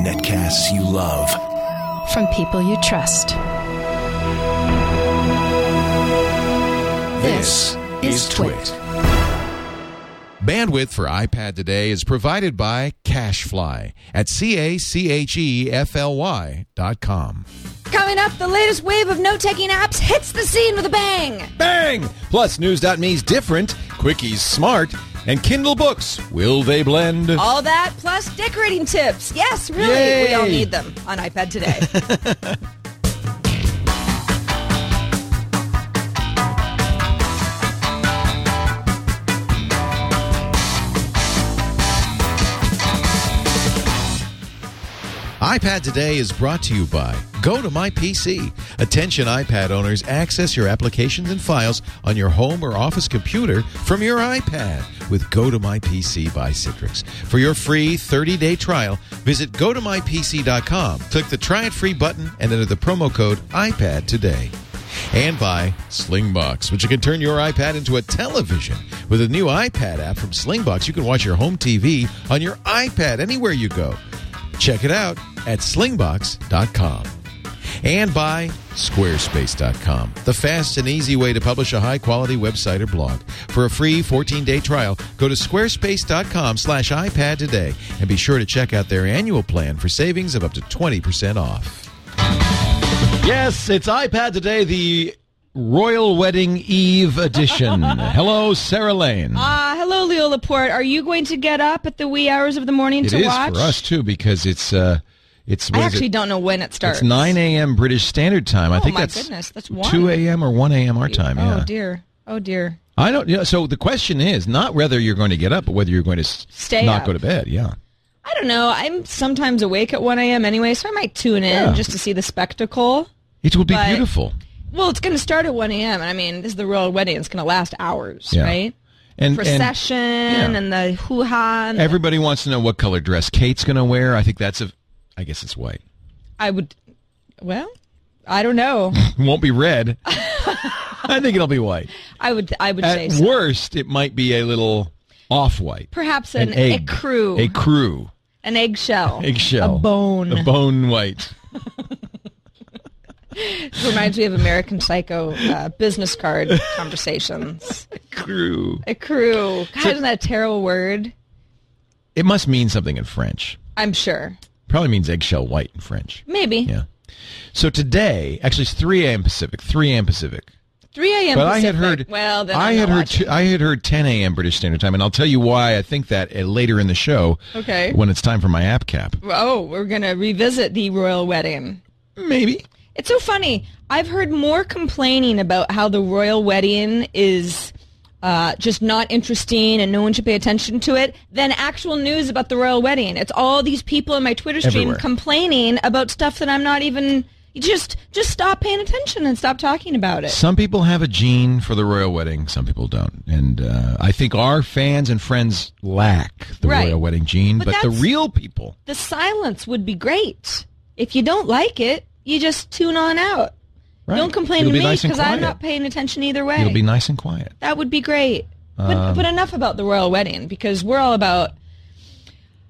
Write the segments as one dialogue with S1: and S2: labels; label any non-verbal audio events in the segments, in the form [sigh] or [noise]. S1: Netcasts you love.
S2: From people you trust.
S1: This is Twit.
S3: Bandwidth for iPad today is provided by CashFly at c a c h e f l y dot com.
S4: Coming up, the latest wave of note taking apps hits the scene with a bang.
S5: Bang! Plus, News.me's different, Quickie's smart, and Kindle Books. Will they blend?
S4: All that plus decorating tips. Yes, really, we all
S5: Yay.
S4: need them on iPad today.
S3: iPad Today is brought to you by Go to My PC. Attention iPad owners, access your applications and files on your home or office computer from your iPad with Go to My PC by Citrix. For your free 30-day trial, visit gotomypc.com, click the try it free button and enter the promo code iPad Today. And by Slingbox, which you can turn your iPad into a television. With a new iPad app from Slingbox, you can watch your home TV on your iPad anywhere you go. Check it out at slingbox.com. And by squarespace.com, the fast and easy way to publish a high-quality website or blog. For a free 14-day trial, go to squarespace.com slash iPad today and be sure to check out their annual plan for savings of up to 20% off.
S5: Yes, it's iPad Today, the Royal Wedding Eve
S4: [laughs]
S5: edition. Hello, Sarah Lane.
S4: [laughs] uh, hello, Leo Laporte. Are you going to get up at the wee hours of the morning
S5: It
S4: to
S5: is
S4: watch?
S5: for us too because it's uh, it's
S4: I
S5: what is
S4: actually
S5: it?
S4: don't know when it starts.
S5: It's nine a.m. British Standard Time. I
S4: Oh,
S5: think
S4: my
S5: that's
S4: goodness, that's one.
S5: two a.m. or one a.m. our time.
S4: Oh
S5: yeah,
S4: dear. Oh dear.
S5: I don't. You know, so the question is not whether you're going to get up, but whether you're going to s-
S4: Stay
S5: not
S4: up.
S5: go to bed. Yeah.
S4: I don't know. I'm sometimes awake at 1 a.m. anyway, so I might tune in
S5: Yeah.
S4: just to see the spectacle.
S5: It will be
S4: But-
S5: beautiful.
S4: Well, it's going to start at 1 a.m. and I mean, this is the royal wedding. It's going to last hours,
S5: Yeah.
S4: right?
S5: And, and
S4: Procession
S5: yeah.
S4: and the hoo ha. and the-
S5: everybody wants to know what color dress Kate's going to wear. I think that's a. I guess it's white.
S4: I would. Well, I don't know.
S5: It won't be
S4: [laughs]
S5: red. I think it'll be white.
S4: I would. I would say
S5: At
S4: so.
S5: worst, it might be a little off-white.
S4: perhaps
S5: An
S4: an,
S5: egg.
S4: a crew,
S5: A crew.
S4: an eggshell,
S5: [laughs] Eggshell.
S4: a bone.
S5: A bone white.
S4: [laughs] Reminds me of American Psycho uh, business
S5: [laughs]
S4: card conversations.
S5: Crew.
S4: A crew. God, isn't that a terrible word?
S5: It must mean something in French.
S4: I'm sure.
S5: Probably means eggshell white in French.
S4: Maybe
S5: Yeah. So today, actually, it's three a.m. Pacific. Three a.m. Pacific.
S4: 3 a.m.
S5: But I had
S4: Pacific.
S5: heard.
S4: Well, then
S5: I
S4: I'm
S5: had
S4: not
S5: heard.
S4: watching.
S5: T- I had heard 10 a.m. British Standard Time, and I'll tell you why I think that uh, later in the show.
S4: Okay.
S5: When it's time for my app cap.
S4: oh, we're gonna revisit the royal wedding.
S5: Maybe.
S4: It's so funny. I've heard more complaining about how the royal wedding is uh, just not interesting and no one should pay attention to it than actual news about the royal wedding. It's all these people in my Twitter stream
S5: Everywhere.
S4: complaining about stuff that I'm not even. you Just, just stop paying attention and stop talking about it.
S5: Some people have a gene for the royal wedding. Some people don't, and uh, I think our fans and friends lack the
S4: Right.
S5: royal wedding gene.
S4: But
S5: But, the
S4: that's-
S5: real people.
S4: The silence would be great. If you don't like it, you just tune on out.
S5: Right.
S4: Don't complain
S5: It'll
S4: to
S5: be
S4: me
S5: nice and
S4: because I'm
S5: quiet.
S4: not paying attention either way.
S5: It'll be nice and quiet.
S4: That would be great. But,
S5: Um,
S4: but enough about the royal wedding because we're all about.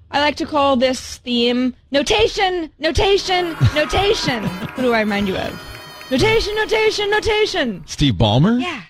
S4: I like to call this theme notation, notation,
S5: [laughs]
S4: notation. Who do I remind you of? Notation, notation, notation.
S5: Steve Ballmer.
S4: Yeah,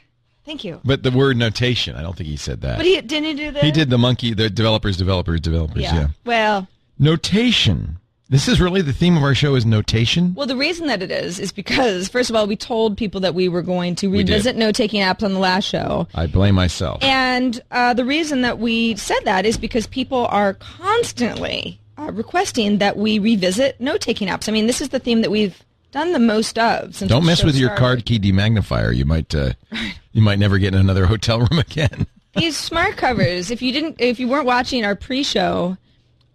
S4: thank you.
S5: But the word notation, I don't think he said that.
S4: But he didn't he do this?
S5: He did the monkey, the developers, developers, developers. Yeah.
S4: Well,
S5: Notation. This is really the theme of our show is notation.
S4: well, the reason that it is is because first of all, we told people that we were going to
S5: did.
S4: revisit note-taking apps on the last show,
S5: I blame myself.
S4: And uh, the reason that we said that is because people are constantly uh, requesting that we revisit note-taking apps. I mean, this is the theme that we've done the most of since.
S5: Don't
S4: the
S5: mess
S4: show
S5: with your
S4: started.
S5: card key demagnifier. You might
S4: [laughs]
S5: uh, you might never get in another hotel room again.
S4: These smart covers. If you didn't, if you weren't watching our pre-show.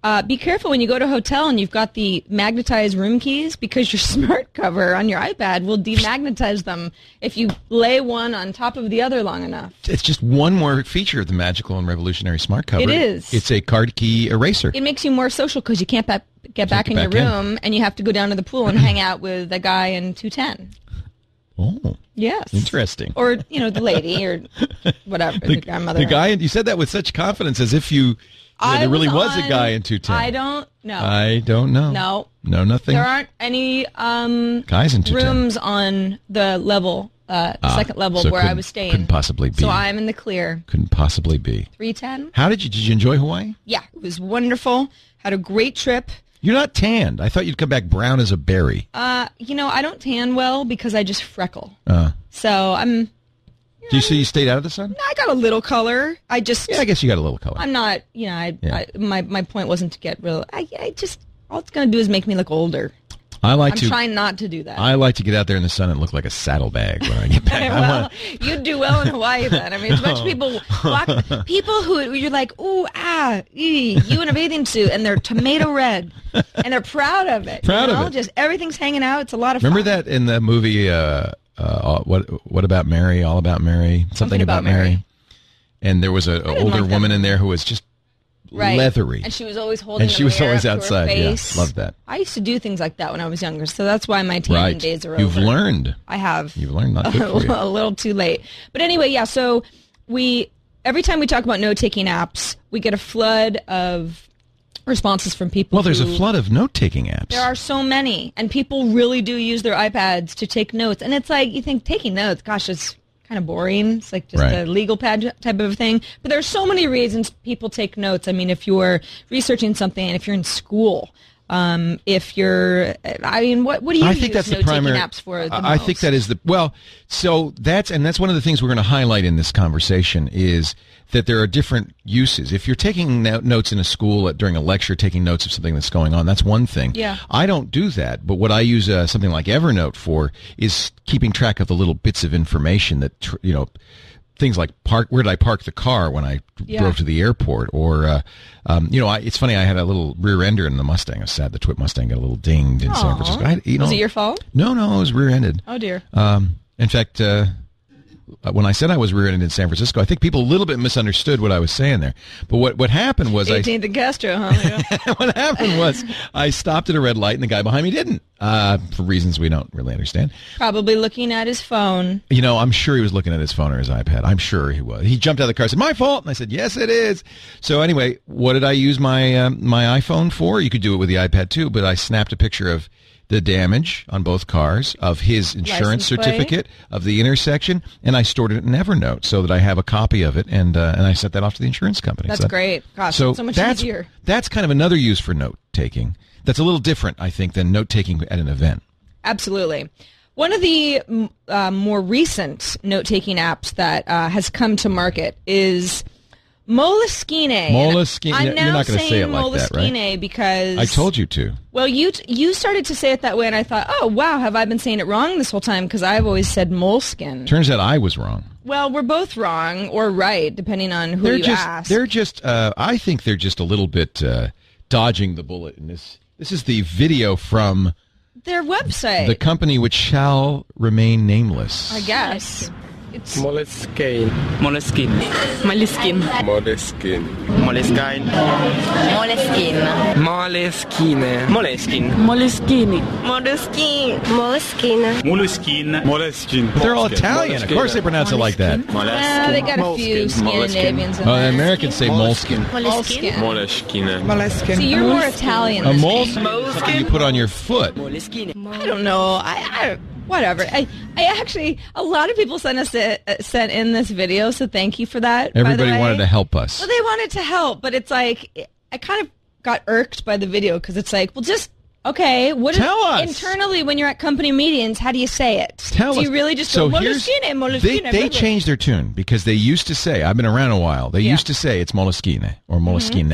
S4: Uh, be careful when you go to a hotel and you've got the magnetized room keys because your [laughs] smart cover on your iPad will demagnetize them if you lay one on top of the other long enough.
S5: It's just one more feature of the magical and revolutionary smart cover.
S4: It is.
S5: It's a card key eraser.
S4: it makes you more social because you can't ba- get back
S5: get
S4: in your
S5: back in.
S4: room and you have to go down to the pool and hang out with a guy in 210
S5: Oh,
S4: Yes.
S5: interesting.
S4: Or, you know, the
S5: [laughs]
S4: lady or whatever, the, grandmother.
S5: The guy, you said that with such confidence as if you, you know,
S4: I
S5: there really was, a
S4: on-
S5: guy in 210.
S4: I don't know.
S5: I don't know.
S4: No.
S5: No, nothing.
S4: there aren't any um,
S5: Guys in 210.
S4: rooms on the level, uh, second level
S5: Ah, so
S4: where I
S5: couldn't-
S4: was staying.
S5: couldn't possibly be.
S4: So I'm in the clear.
S5: Couldn't possibly be.
S4: 310?
S5: How did you, did you enjoy Hawaii?
S4: Yeah, it was wonderful. Had a great trip.
S5: You're not tanned. I thought you'd come back brown as a berry.
S4: Uh, you know, I don't tan well because I just freckle.
S5: Uh,
S4: So I'm,
S5: do you see you stayed out of the sun?
S4: I got a little color. I just,
S5: Yeah, I guess you got a little color.
S4: I'm not, you know, I,
S5: Yeah.
S4: I my, my point wasn't to get real. I, I just, all it's going to do is make me look older.
S5: I like
S4: I'm
S5: to.
S4: trying not to do that. [laughs]
S5: I like to get out there in the sun and look like a saddlebag when I get back. I
S4: well,
S5: wanna-
S4: you'd do well in Hawaii then. I mean, it's
S5: [laughs]
S4: a bunch of people, walk, people who you're like, ooh, ah, ee, you in a bathing suit, and they're tomato red, and they're proud of it. you
S5: Proud of
S4: know?
S5: it.
S4: Just everything's hanging out. It's a lot of
S5: remember
S4: fun.
S5: that in the movie uh, uh, what what about Mary? All about Mary? Something,
S4: About Mary.
S5: And there was an older
S4: like that
S5: woman in there who was just leathery.
S4: And she was always holding.
S5: And she
S4: the
S5: was
S4: mirror
S5: always
S4: up to her
S5: outside, yeah.
S4: face.
S5: Love that.
S4: I used to do things like that when I was younger, so that's why my tanning
S5: right.
S4: days are
S5: You've
S4: over.
S5: learned.
S4: I have. [laughs]
S5: You've learned. Not good for you.
S4: a little too late. But anyway, yeah. So we every time we talk about no taking apps, we get a flood of responses from people.
S5: Well, there's a
S4: who-
S5: flood of note-taking apps.
S4: There are so many, and people really do use their iPads to take notes. And it's like you think taking notes, gosh, it's kind of boring. It's like just
S5: Right.
S4: a legal pad type of thing. But there's so many reasons people take notes. I mean, if you're researching something, if you're in school. Um, if you're, I mean, what what do you
S5: I think
S4: use
S5: that's the
S4: note-taking
S5: primary
S4: apps for? The
S5: I I think
S4: most?
S5: that is the well. So that's and that's one of the things we're going to highlight in this conversation is that there are different uses. If you're taking no- notes in a school at, during a lecture, taking notes of something that's going on, that's one thing.
S4: Yeah.
S5: I don't do that, but what I use uh, something like Evernote for is keeping track of the little bits of information that tr- you know. Things like park. Where did I park the car when I
S4: Yeah.
S5: drove to the airport? Or, uh, um, you know, I, it's funny. I had a little rear ender in the Mustang. I was sad the Twit Mustang got a little dinged in San
S4: Aw.
S5: Francisco. I, you know,
S4: Was it your fault?
S5: Oh. no, no, I was rear-ended.
S4: Oh dear.
S5: Um, in fact, uh, when I said I was rear-ended in San Francisco, I think people a little bit misunderstood what I was saying there. But what what happened was I
S4: 18th and Castro, huh? Yeah.
S5: [laughs] what happened was I stopped at a red light and the guy behind me didn't uh, for reasons we don't really understand.
S4: Probably looking at his phone.
S5: You know, I'm sure he was looking at his phone or his iPad. I'm sure he was. He jumped out of the car, and said, "My fault," and I said, "Yes, it is." So anyway, what did I use my um my iPhone for? You could do it with the iPad too, but I snapped a picture of the damage on both cars, of his insurance
S4: License plate.
S5: certificate, of the intersection, and I stored it in Evernote so that I have a copy of it, and uh, and I sent that off to the insurance company.
S4: That's
S5: So-
S4: great. Gosh,
S5: So,
S4: so much
S5: that's,
S4: easier.
S5: That's kind of another use for note taking. That's a little different, I think, than note taking at an event.
S4: Absolutely. One of the mm, uh, more recent note-taking apps that uh, has come to market is Moleskine.
S5: Moleskine.
S4: I'm
S5: You're
S4: now
S5: not gonna
S4: saying
S5: say it like that, right?
S4: Moleskine because
S5: I told you to.
S4: Well, you t- you started to say it that way, and I thought, oh wow, have I been saying it wrong this whole time? Because I've always said Moleskine.
S5: Turns out I was wrong.
S4: Well, we're both wrong or right, depending on who
S5: they're
S4: you
S5: just
S4: ask.
S5: they're just uh, I think they're just a little bit uh, dodging the bullet in this. This is the video from
S4: Their website,
S5: the company which shall remain nameless.
S4: I guess. It's
S6: Moleskine.
S7: Moleskine.
S8: Moleskine.
S6: Moleskine.
S8: Moleskine.
S7: Moleskine. Moleskine. Moleskine.
S8: Moleskine.
S7: Moleskine.
S8: Moleskine.
S9: Moleskine. Moleskine.
S5: But they're all Italian. Of course, they pronounce it like that.
S4: Uh, they got a few Scandinavians in
S5: Uh,
S4: there.
S5: Americans say moleskin.
S4: Moleskine.
S6: Moleskine.
S4: See, you're more Italian.
S5: A
S4: than me.
S5: moleskin is something you put on your foot.
S4: I don't know. I, I whatever. I, I actually a lot of people sent us a, uh, sent in this video, so thank you for that. by the
S5: Everybody
S4: way.
S5: wanted to help us.
S4: Well, they wanted to help, but it's like I kind of got irked by the video because it's like, well, just okay. What is-
S5: Tell us.
S4: internally when you're at company meetings? How do you say it?
S5: Tell
S4: do
S5: us.
S4: you really just
S5: so
S4: go
S5: here's-
S4: moleskine, moleskine?
S5: They,
S4: blah,
S5: they
S4: blah."
S5: changed their tune because they used to say, I've been around a while. They
S4: Yeah. Mm-hmm.
S5: used to say it's moleskine or moleskine.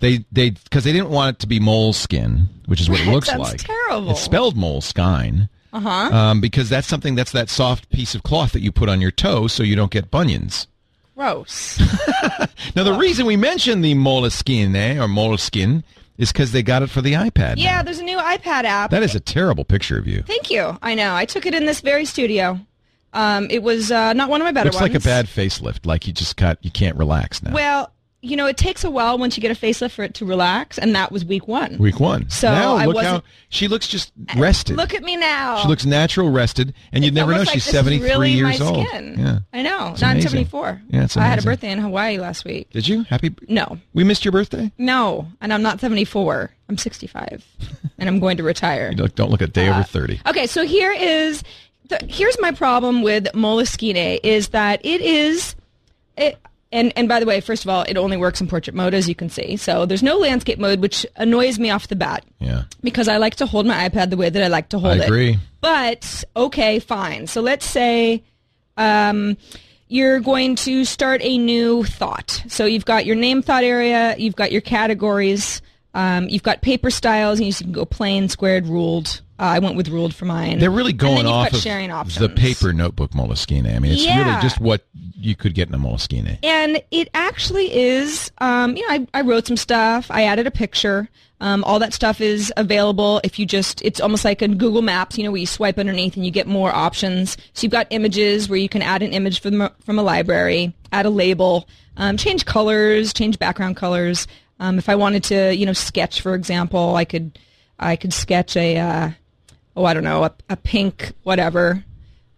S5: They they because they didn't want it to be moleskin, which is what it
S4: That
S5: looks
S4: sounds
S5: like.
S4: terrible.
S5: It's spelled moleskine. Uh-huh. Um, because that's something that's that soft piece of cloth that you put on your toe so you don't get bunions.
S4: Gross.
S5: Now the reason we mentioned the moleskine or moleskin is because they got it for the iPad.
S4: yeah,
S5: now.
S4: there's a new iPad app.
S5: that is a terrible picture of you.
S4: Thank you. I know. I took it in this very studio. Um, it was uh, not one of my better
S5: Looks
S4: ones.
S5: like a bad facelift. Like you just got you can't relax now.
S4: Well, you know, it takes a while once you get a facelift for it to relax, and that was week one.
S5: Week one.
S4: So
S5: now
S4: I
S5: look how
S4: wasn't-
S5: she looks just rested.
S4: Look at me now.
S5: She looks natural, rested, and you'd
S4: It's
S5: never know
S4: almost like
S5: she's
S4: this is
S5: 73
S4: really
S5: years
S4: my
S5: old.
S4: Skin.
S5: Yeah.
S4: I know.
S5: It's
S4: Not
S5: amazing.
S4: 74.
S5: Yeah, it's
S4: I had a
S5: amazing.
S4: birthday in Hawaii last week.
S5: Did you? Happy?
S4: No.
S5: We missed your birthday?
S4: No, and I'm not 74.
S5: [laughs]
S4: I'm 65, and I'm going to retire.
S5: You look, don't look a day
S4: Uh,
S5: over 30.
S4: Okay, so here is the, here's my problem with Moleskine is that it is it, and and by the way, first of all, it only works in portrait mode as you can see. So there's no landscape mode, which annoys me off the bat
S5: Yeah.
S4: because I like to hold my iPad the way that I like to hold
S5: I agree.
S4: it. But okay, fine. So let's say um, you're going to start a new thought. So you've got your name thought area, you've got your categories, um, you've got paper styles, and you can go plain, squared, ruled. Uh, I went with ruled for mine.
S5: They're really
S4: and
S5: going
S4: then you've
S5: off
S4: got
S5: of
S4: sharing options.
S5: the paper notebook Moleskine. I mean, it's really
S4: Yeah.
S5: just what you could get in a Moleskine.
S4: And it actually is, um, you know, I, I wrote some stuff. I added a picture. Um, all that stuff is available if you just, it's almost like in Google Maps, you know, where you swipe underneath and you get more options. So you've got images where you can add an image from, a- from a library, add a label, um, change colors, change background colors. Um, if I wanted to, you know, sketch, for example, I could, I could sketch a, uh, oh, I don't know, a, a pink whatever.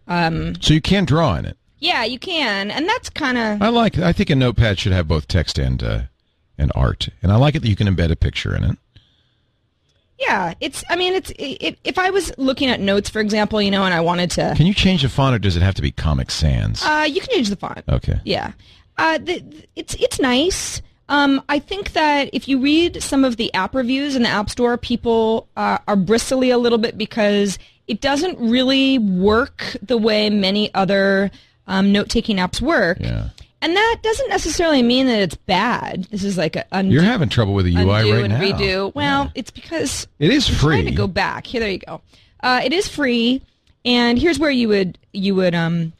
S5: So you can draw in it.
S4: Yeah, you can. And that's kind of,
S5: I like. I think a notepad should have both text and uh, and art, and I like it that you can embed a picture in it.
S4: Yeah, it's. I mean, it's. It, if I was looking at notes, for example, you know, and I wanted to,
S5: Can you change the font, or does it have to be Comic Sans?
S4: uh, you can change the font.
S5: okay.
S4: Yeah, uh, the, the- it's it's nice. Um, I think that if you read some of the app reviews in the App Store, people uh, are bristly a little bit because it doesn't really work the way many other um, note-taking apps work.
S5: Yeah.
S4: And that doesn't necessarily mean that it's bad. This is like a undo,
S5: You're having trouble with the UI
S4: undo
S5: right
S4: and
S5: now.
S4: redo. Well, it's because
S5: It is
S4: I'm
S5: free.
S4: Trying to go back here, there you go. Uh, it is free, and here's where you would you would um,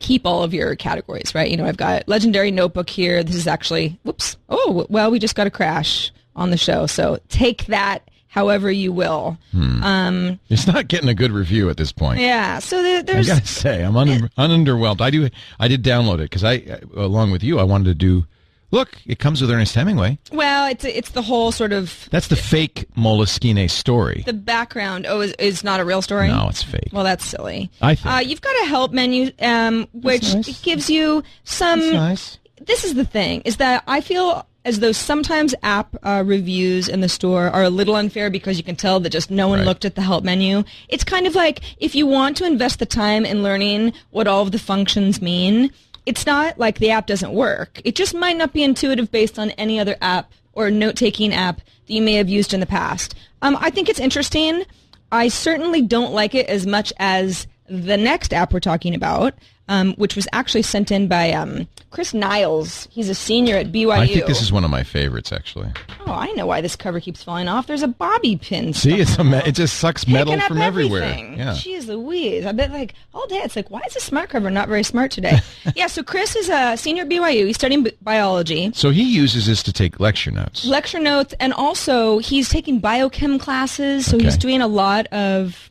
S4: keep all of your categories, right? You know, I've got legendary notebook here. This is actually whoops. Oh well, we just got a crash on the show, so take that however you will.
S5: Hmm. It's not getting a good review at this point.
S4: Yeah. So there,
S5: I
S4: there's
S5: gotta say, I'm un- ununderwhelmed. I do. I did download it because I, along with you, I wanted to do. Look, it comes with Ernest Hemingway.
S4: well, it's it's the whole sort of
S5: That's the fake Moleskine story.
S4: the background. Oh, is is not a real story.
S5: No, it's fake.
S4: Well, that's silly.
S5: I think.
S4: uh, you've got a help menu, um, which
S5: nice.
S4: gives you some.
S5: That's nice.
S4: this is the thing is that I feel as though sometimes app uh, reviews in the store are a little unfair because you can tell that just no one
S5: Right.
S4: looked at the help menu. It's kind of like if you want to invest the time in learning what all of the functions mean, it's not like the app doesn't work. It just might not be intuitive based on any other app or note-taking app that you may have used in the past. Um, I think it's interesting. I certainly don't like it as much as the next app we're talking about, um, which was actually sent in by um, Chris Niles. He's a senior at BYU.
S5: I think this is one of my favorites, actually.
S4: oh, I know why this cover keeps falling off. There's a bobby pin.
S5: See, it's a me- it just sucks metal
S4: picking up
S5: from everywhere.
S4: everything.
S5: Yeah.
S4: Jeez Louise. I bet like all day it's like, why is this smart cover not very
S5: [laughs]
S4: smart today? yeah, so Chris is a senior at BYU. He's studying bi- biology.
S5: So he uses this to take lecture notes.
S4: lecture notes and also he's taking biochem classes so he's
S5: Okay.
S4: doing a lot of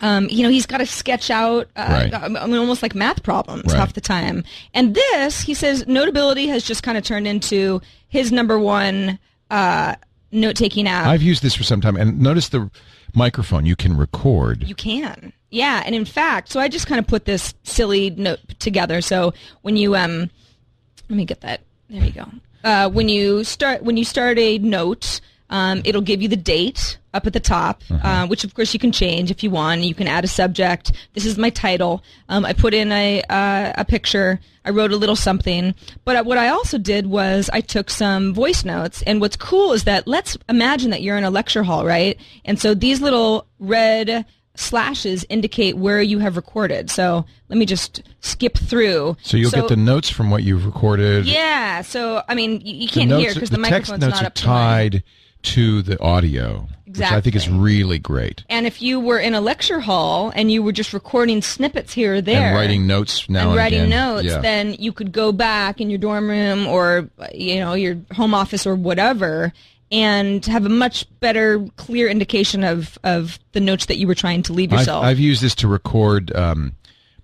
S4: um, you know he's got to sketch out uh,
S5: Right.
S4: I mean, almost like math problems
S5: Right.
S4: half the time and this he says notability has just kind of turned into his number one uh, note-taking app
S5: I've used this for some time, and notice the microphone. You can record.
S4: You can. Yeah, and in fact, so I just kind of put this silly note together. So when you um let me get that. There you go. Uh, when you start when you start a note, um, it'll give you the date up at the top,
S5: Uh-huh.
S4: uh, which of course you can change if you want. You can add a subject. This is my title. Um, I put in a uh, a picture. I wrote a little something. But what I also did was I took some voice notes. And what's cool is that let's imagine that you're in a lecture hall, right? And so these little red slashes indicate where you have recorded. So let me just skip through.
S5: so you'll get the notes from what you've recorded.
S4: Yeah. So I mean, you, you
S5: The
S4: can't hear
S5: notes-
S4: because the,
S5: text
S4: microphone's
S5: notes
S4: not
S5: are
S4: up to mine.
S5: tied to the audio, which I think is
S4: Exactly.
S5: really great.
S4: And if you were in a lecture hall and you were just recording snippets here or there,
S5: And writing notes now and,
S4: and writing
S5: again.
S4: notes,
S5: Yeah.
S4: then you could go back in your dorm room or you know your home office or whatever, and have a much better, clear indication of of the notes that you were trying to leave
S5: I've,
S4: yourself.
S5: I've used this to record um,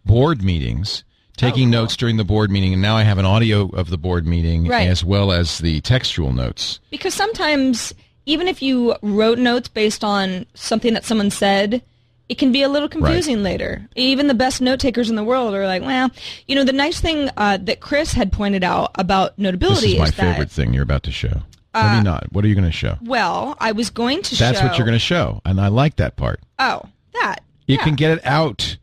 S5: board meetings
S4: Oh,
S5: taking notes during the board meeting, and now I have an audio of the board meeting
S4: Right.
S5: as well as the textual notes.
S4: Because sometimes, even if you wrote notes based on something that someone said, it can be a little confusing later. Even the best note takers in the world are like, well, you know, the nice thing uh, that Chris had pointed out about
S5: This
S4: notability
S5: is my
S4: that,
S5: favorite thing you're about to show. I mean, not. What are you going to show?
S4: well, I was going to
S5: That's
S4: show.
S5: what you're going to show, and I like that part.
S4: Oh, that.
S5: You
S4: yeah.
S5: can get it out. 'Cause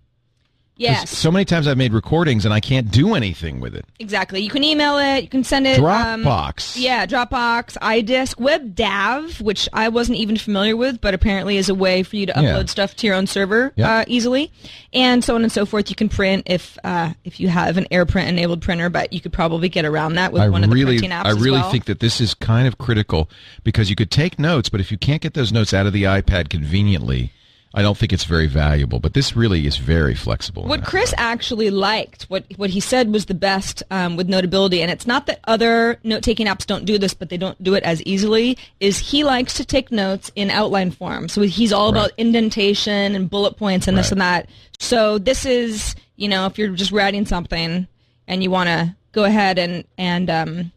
S4: Yes,
S5: So many times I've made recordings and I can't do anything with it.
S4: exactly. You can email it. You can send it. um,
S5: Dropbox.
S4: Yeah, Dropbox, iDisk, WebDAV, which I wasn't even familiar with, but apparently is a way for you to upload
S5: Yeah.
S4: stuff to your own server
S5: Yeah.
S4: uh, easily, and so on and so forth. You can print if uh, if you have an AirPrint enabled printer, but you could probably get around that with
S5: I
S4: one of
S5: really,
S4: the printing apps.
S5: I
S4: as
S5: really
S4: well.
S5: think that this is kind of critical because you could take notes, but if you can't get those notes out of the iPad conveniently, I don't think it's very valuable. But this really is very flexible. in
S4: What
S5: that
S4: Chris
S5: regard.
S4: actually liked, what what he said was the best um, with Notability, and it's not that other note taking apps don't do this, but they don't do it as easily. Is he likes to take notes in outline form, so he's all
S5: Right.
S4: about indentation and bullet points and this
S5: Right.
S4: and that. So this is, you know, if you're just writing something and you want to go ahead and and um,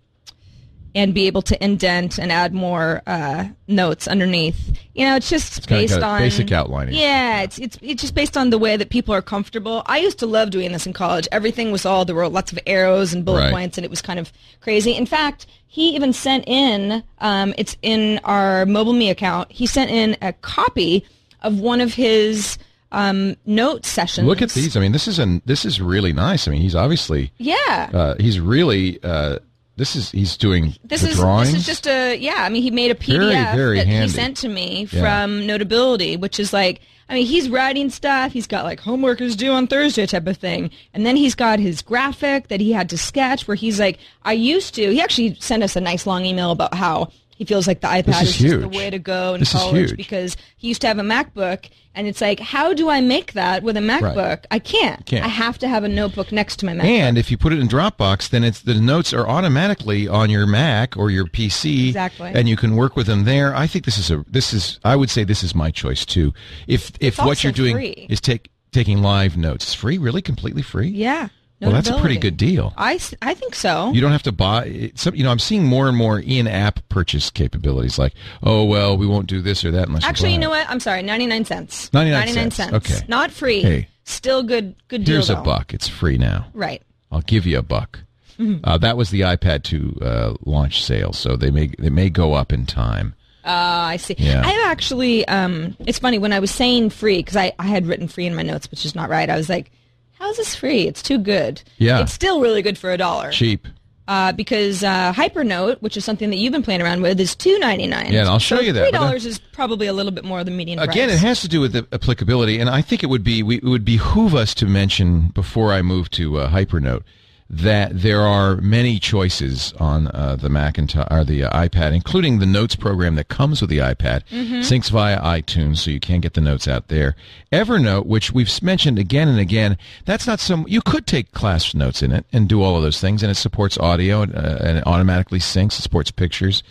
S4: and be able to indent and add more uh, notes underneath. You know, it's just
S5: kinda
S4: based
S5: got a
S4: on
S5: basic outlining.
S4: Yeah, it's it's it's just based on the way that people are comfortable. I used to love doing this in college. Everything was all there were lots of arrows and bullet
S5: Right.
S4: points, and it was kind of crazy. In fact, he even sent in um, it's in our mobile me account. He sent in a copy of one of his um, note sessions.
S5: look at these. I mean, this is an this is really nice. I mean, he's obviously
S4: Yeah.
S5: uh, he's really uh, this is he's doing
S4: this
S5: the
S4: is
S5: drawings.
S4: this is just a yeah. I mean, he made a PDF
S5: very
S4: that
S5: handy.
S4: he sent to me
S5: Yeah.
S4: from Notability, which is like I mean, he's writing stuff. He's got like homework is due on Thursday type of thing, and then he's got his graphic that he had to sketch where he's like, I used to. He actually sent us a nice long email about how. He feels like the iPad
S5: This is
S4: is, just the
S5: huge.
S4: way to go in
S5: This is
S4: college
S5: huge.
S4: because he used to have a MacBook, and it's like, how do I make that with a MacBook? I can't.
S5: Can't.
S4: I have to have a notebook next to my Mac.
S5: and if you put it in Dropbox, then it's the notes are automatically on your Mac or your PC,
S4: Exactly.
S5: and you can work with them there. I think this is a this is I would say this is my choice too. If if what
S4: also
S5: you're doing
S4: free.
S5: is take taking live notes, it's free, really, completely free.
S4: yeah,
S5: Well, that's a pretty
S4: Notability.
S5: good deal.
S4: I, s- I think so.
S5: You don't have to buy. It, some, you know, I'm seeing more and more in-app purchase capabilities. Like, oh well, we won't do this or that unless.
S4: Actually,
S5: buy
S4: you
S5: it.
S4: know what? I'm sorry, 99 cents.
S5: 99 cents. Okay.
S4: Not free.
S5: Hey.
S4: Still good good deal
S5: Here's a
S4: though.
S5: buck. It's free now.
S4: Right.
S5: I'll give you a buck. Uh, that was the iPad 2 uh, launch sale, so they may they may go up in time.
S4: Uh, I see.
S5: Yeah.
S4: I've actually um it's funny when I was saying free because I, I had written free in my notes, which is not right. I was like, how's this free? It's too good.
S5: Yeah.
S4: It's still really good for a dollar.
S5: Cheap.
S4: Uh, because uh, Hypernote, which is something that you've been playing around with, is two ninety nine.
S5: Yeah, and I'll show you that,
S4: Three
S5: but, uh,
S4: dollars is probably a little bit more than median
S5: Again,
S4: price.
S5: it has to do with the applicability, and I think it would be we, it would behoove us to mention before I move to uh, Hypernote that there are many choices on uh, the Macintosh or the uh, iPad, including the Notes program that comes with the iPad, syncs via iTunes, so you can get the notes out there. Evernote, which we've s- mentioned again and again, that's not some you could take class notes in it and do all of those things, and it supports audio and, uh, and it automatically syncs, it supports pictures,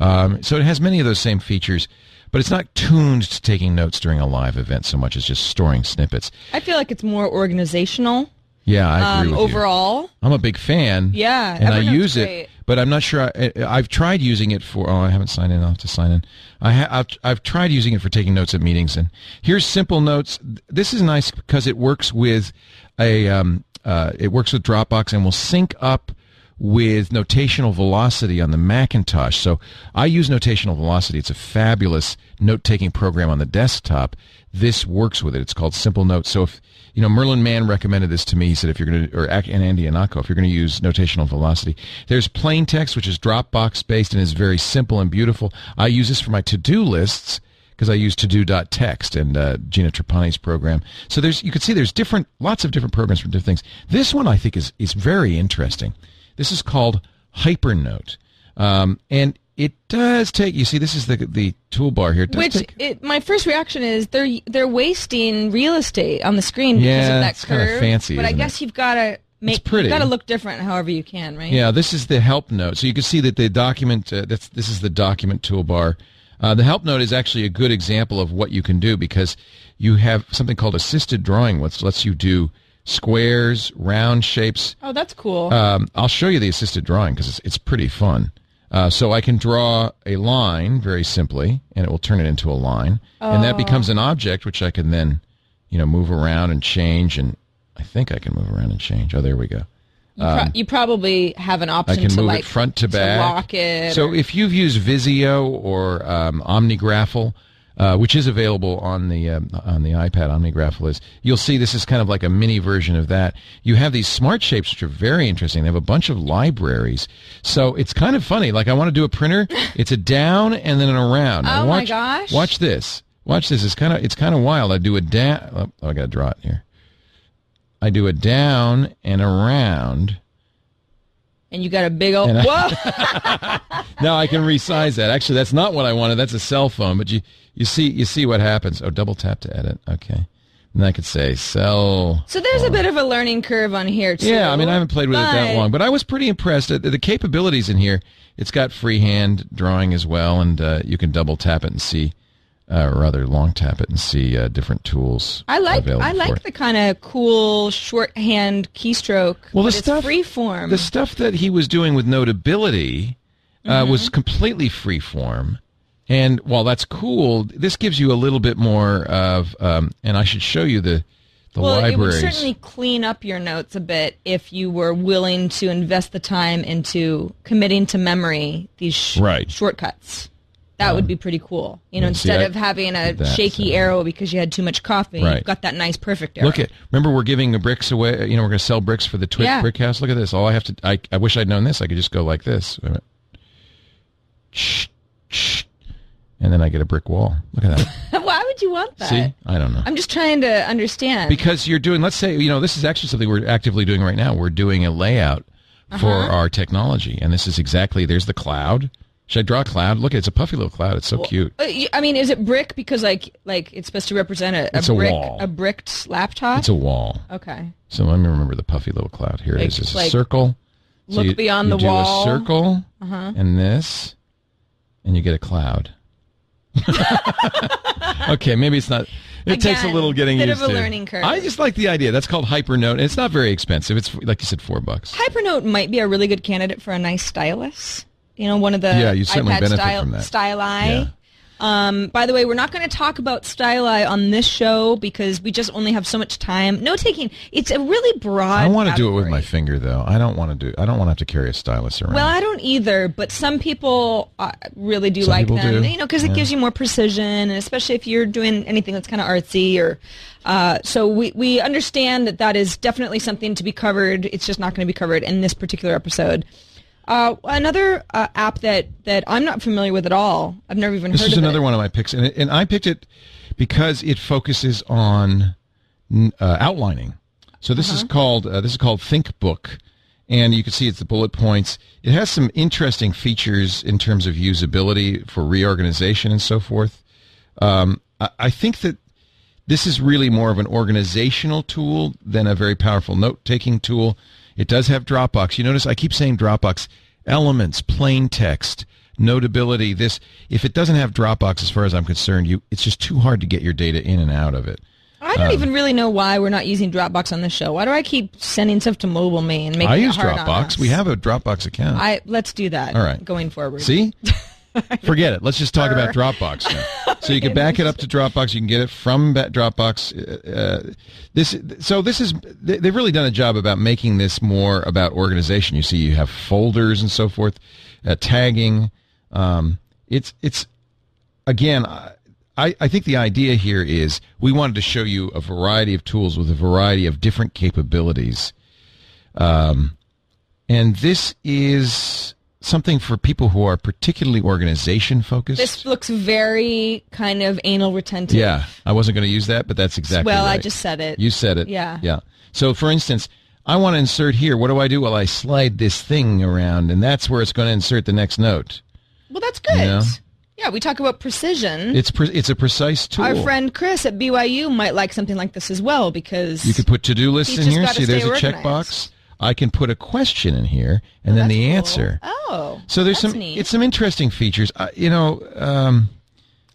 S5: um, so it has many of those same features. But it's not tuned to taking notes during a live event so much as just storing snippets.
S4: I feel like it's more organizational
S5: Yeah, I agree
S4: um,
S5: with you.
S4: overall.
S5: I'm a big fan.
S4: Yeah,
S5: and I
S4: Evernote's
S5: use it,
S4: great.
S5: but I'm not sure. I, I've tried using it for. Oh, I haven't signed in. I'll have to sign in. I ha, I've, I've tried using it for taking notes at meetings, and here's simple notes. This is nice because it works with a. Um, uh, it works with Dropbox and will sync up with notational velocity on the Macintosh. So I use notational velocity. It's a fabulous note-taking program on the desktop. This works with it. It's called Simple Notes. So if you know, Merlin Mann recommended this to me. He said if you're going to, or Ak- and Andy Anako, if you're going to use notational velocity, there's plain text, which is Dropbox based and is very simple and beautiful. I use this for my to-do lists because I use to-do.text and uh, Gina Trapani's program. So there's, you can see there's different, lots of different programs for different things. This one I think is, is very interesting. This is called Hypernote. Um, and it does take, you see, this is the, the toolbar here. It does
S4: Which
S5: take-
S4: it, my first reaction is they're they're wasting real estate on the screen because
S5: Yeah,
S4: of that
S5: it's kinda
S4: curve.
S5: fancy,
S4: but I
S5: isn't
S4: guess
S5: it?
S4: you've got to make
S5: pretty.
S4: you've got to look different however you can, right?
S5: Yeah, this is the help note. So you can see that the document uh, that's this is the document toolbar. Uh, the help note is actually a good example of what you can do because you have something called assisted drawing, which lets you do squares, round shapes.
S4: Oh, that's cool.
S5: Um, I'll show you the assisted drawing because it's, it's pretty fun. Uh, so I can draw a line very simply, and it will turn it into a line, and that becomes an object which I can then, you know, move around and change. And I think I can move around and change. Oh, there we go.
S4: you, pro- you probably have an
S5: Uh, I
S4: option
S5: can
S4: to
S5: move
S4: like
S5: it front to back.
S4: lock it.
S5: So
S4: or-
S5: if you've used Vizio or um, OmniGraffle, uh, which is available on the um, on the iPad, OmniGraffle is. You'll see this is kind of like a mini version of that. You have these smart shapes which are very interesting. They have a bunch of libraries, so it's kind of funny. Like I want to do a
S4: [laughs]
S5: printer. It's a down and then an around. Now
S4: Oh, my
S5: watch-
S4: gosh.
S5: Watch this. Watch this. It's kind of it's kind of wild. I do a down. oh, I got to draw it here. I do a down and around.
S4: and you got a big old
S5: And I- [laughs]
S4: whoa.
S5: No, I can resize that. Actually, that's not what I wanted. That's a cell phone. But you, you see, you see what happens. Oh, double tap to edit. Okay, and I could say cell.
S4: So there's a bit of a learning curve on here too.
S5: Yeah, I mean, I haven't played with it that
S4: but-
S5: long, but I was pretty impressed at the capabilities in here. It's got freehand drawing as well, and uh, you can double tap it and see, uh, or rather, long tap it and see uh, different tools.
S4: I like
S5: available
S4: I
S5: for
S4: like
S5: it.
S4: the kind of cool shorthand keystroke.
S5: Well, the
S4: but it's
S5: stuff
S4: free form.
S5: The stuff that he was doing with Notability uh,
S4: Mm-hmm.
S5: was completely free form, and while that's cool, this gives you a little bit more of. Um, and I should show you the the
S4: well,
S5: libraries.
S4: it would certainly clean up your notes a bit if you were willing to invest the time into committing to memory these sh-
S5: Right.
S4: shortcuts. That would be pretty cool. You know,
S5: yeah, see,
S4: instead
S5: I-
S4: of having a
S5: that's
S4: shaky
S5: it.
S4: arrow because you had too much coffee,
S5: Right.
S4: you've got that nice perfect arrow.
S5: Look at remember we're giving the bricks away. You know we're going to sell bricks for the Twit
S4: Yeah.
S5: Brick House. Look at this. All I have to. I, I wish I'd known this. I could just go like this. Wait a minute. Shh, shh. And then I get a brick wall. Look at that.
S4: Why would you want [laughs] that?
S5: See, I don't know.
S4: I'm just trying to understand.
S5: because you're doing let's say you know this is actually something we're actively doing right now we're doing a layout for
S4: Uh-huh.
S5: our technology and this is exactly there's the cloud should i draw a cloud look it's a puffy little cloud it's so cute
S4: Uh, you- I mean, is it brick because like like it's supposed to represent a, a
S5: It's a
S4: brick
S5: wall.
S4: a bricked laptop?
S5: it's a wall
S4: okay.
S5: so let me remember the puffy little cloud here it
S4: Like-
S5: is it's a
S4: like,
S5: circle So
S4: look beyond
S5: you
S4: the
S5: do
S4: wall. Uh-huh.
S5: a circle and this and you get a cloud [laughs] okay maybe it's not it takes a
S4: Again,
S5: little getting
S4: bit of
S5: used to.
S4: a learning curve.
S5: I just like the idea. That's called Hypernote. It's not very expensive. It's like you said, four bucks.
S4: Hypernote might be a really good candidate for a nice stylus. You know, one of the
S5: Yeah, you certainly
S4: iPad
S5: benefit
S4: style,
S5: from that.
S4: Styli.
S5: Yeah.
S4: Um, by the way, we're not going to talk about Styli on this show because we just only have so much time. No taking. It's a really broad.
S5: I want to do it with my
S4: category.
S5: finger, though. I don't want to do. I don't want to have to carry a stylus around.
S4: Well, I don't either, but some people uh, really do
S5: Some
S4: like
S5: people
S4: them.
S5: do.
S4: You know, because it gives you more precision, and especially if you're doing anything that's kind of artsy or. Uh, so we we understand that that is definitely something to be covered. It's just not going to be covered in this particular episode. Uh, another uh, app that that I'm not familiar with at all. I've never even
S5: this is
S4: heard of
S5: another
S4: it.
S5: one of my picks, and it, and I picked it because it focuses on n- uh, outlining. So this
S4: Uh-huh.
S5: is called uh, this is called ThinkBook, and you can see it's the bullet points. It has some interesting features in terms of usability for reorganization and so forth. Um, I, I think that this is really more of an organizational tool than a very powerful note taking tool. It does have Dropbox. You notice I keep saying Dropbox, elements, plain text, notability. This, if it doesn't have Dropbox, as far as I'm concerned, you, it's just too hard to get your data in and out of it.
S4: I
S5: Um,
S4: don't even really know why we're not using Dropbox on this show. Why do I keep sending stuff to Mobile Me and making
S5: I
S4: it
S5: use
S4: hard on
S5: Dropbox.
S4: us?
S5: We have a Dropbox account.
S4: I let's do that.
S5: All right.
S4: going forward.
S5: See? Forget it. Let's just talk about Dropbox now. So you can back it up to Dropbox. You can get it from ba- Dropbox. Uh, uh, this so this is they- they've really done a job about making this more about organization. You see, you have folders and so forth, uh, tagging. Um, it's it's again. I, I I think the idea here is we wanted to show you a variety of tools with a variety of different capabilities. Um, And this is something for people who are particularly organization focused.
S4: This looks very kind of anal retentive.
S5: yeah, I wasn't going to use that, but that's exactly.
S4: Well, I
S5: right.
S4: just said it.
S5: You said it.
S4: Yeah.
S5: Yeah. So, for instance, I want to insert here. What do I do? Well, I slide this thing around, and that's where it's going to insert the next note.
S4: Well, that's good.
S5: Yeah.
S4: Yeah, we talk about precision.
S5: It's pre- it's a precise tool.
S4: Our friend Chris at BYU might like something like this as well because
S5: You could put to do lists
S4: He's
S5: in
S4: just
S5: here.
S4: gotta
S5: See, there's a
S4: stay
S5: checkbox.
S4: organized.
S5: I can put a question in here, and then
S4: That's
S5: the
S4: cool.
S5: answer.
S4: Oh,
S5: So there's
S4: that's
S5: some
S4: neat.
S5: it's some interesting features. Uh, you know, um,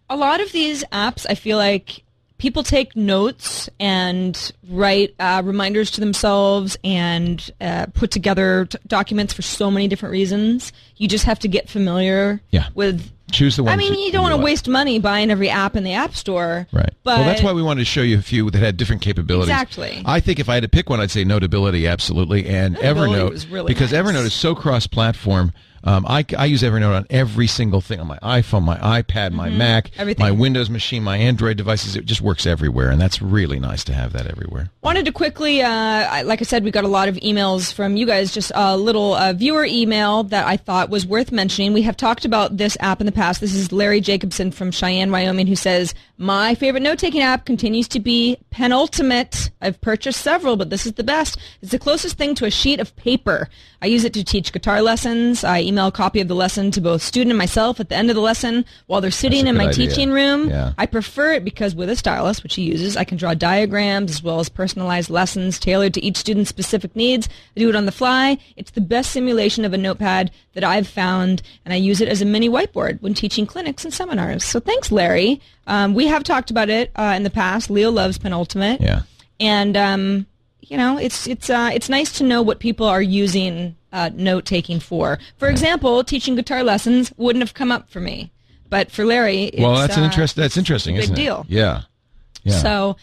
S4: a lot of these apps. I feel like people take notes and write uh, reminders to themselves and uh, put together t- documents for so many different reasons. You just have to get familiar
S5: Yeah.
S4: with.
S5: Choose the one.
S4: I mean, you don't want to
S5: like.
S4: waste money buying every app in the App Store.
S5: Right.
S4: But
S5: well, that's why we wanted to show you a few that had different capabilities.
S4: Exactly.
S5: I think if I had to pick one, I'd say Notability, absolutely, and
S4: Notability
S5: Evernote
S4: was really
S5: because
S4: nice.
S5: Evernote is so cross-platform. Um, I, I use Evernote on every single thing on my iPhone, my iPad, my Mac,
S4: Mm-hmm. Everything.
S5: my Windows machine, my Android devices. It just works everywhere, and that's really nice to have that everywhere.
S4: Wanted to quickly, uh, I- like I said, we got a lot of emails from you guys. Just a little uh, viewer email that I thought was worth mentioning. We have talked about this app in the past. This is Larry Jacobson from Cheyenne, Wyoming, who says, My favorite note-taking app continues to be Penultimate. I've purchased several, but this is the best. It's the closest thing to a sheet of paper. I use it to teach guitar lessons. I email a copy of the lesson to both student and myself at the end of the lesson while they're sitting in
S5: good
S4: my
S5: idea.
S4: teaching room.
S5: Yeah.
S4: I prefer it because with a stylus, which he uses, I can draw diagrams as well as personalized lessons tailored to each student's specific needs. I do it on the fly. It's the best simulation of a notepad that I've found, and I use it as a mini whiteboard when teaching clinics and seminars. So thanks, Larry. Um, we have talked about it uh, in the past. Leo loves Penultimate,
S5: Yeah.
S4: and um, you know, it's it's uh, it's nice to know what people are using uh, note taking for. For example, teaching guitar lessons wouldn't have come up for me. But for Larry, it's,
S5: well, that's an
S4: uh,
S5: interest. That's interesting,
S4: big
S5: isn't it?
S4: deal.
S5: Yeah. Yeah.
S4: So,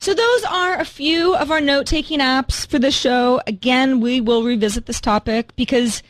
S4: so those are a few of our note-taking apps for the show. Again, we will revisit this topic because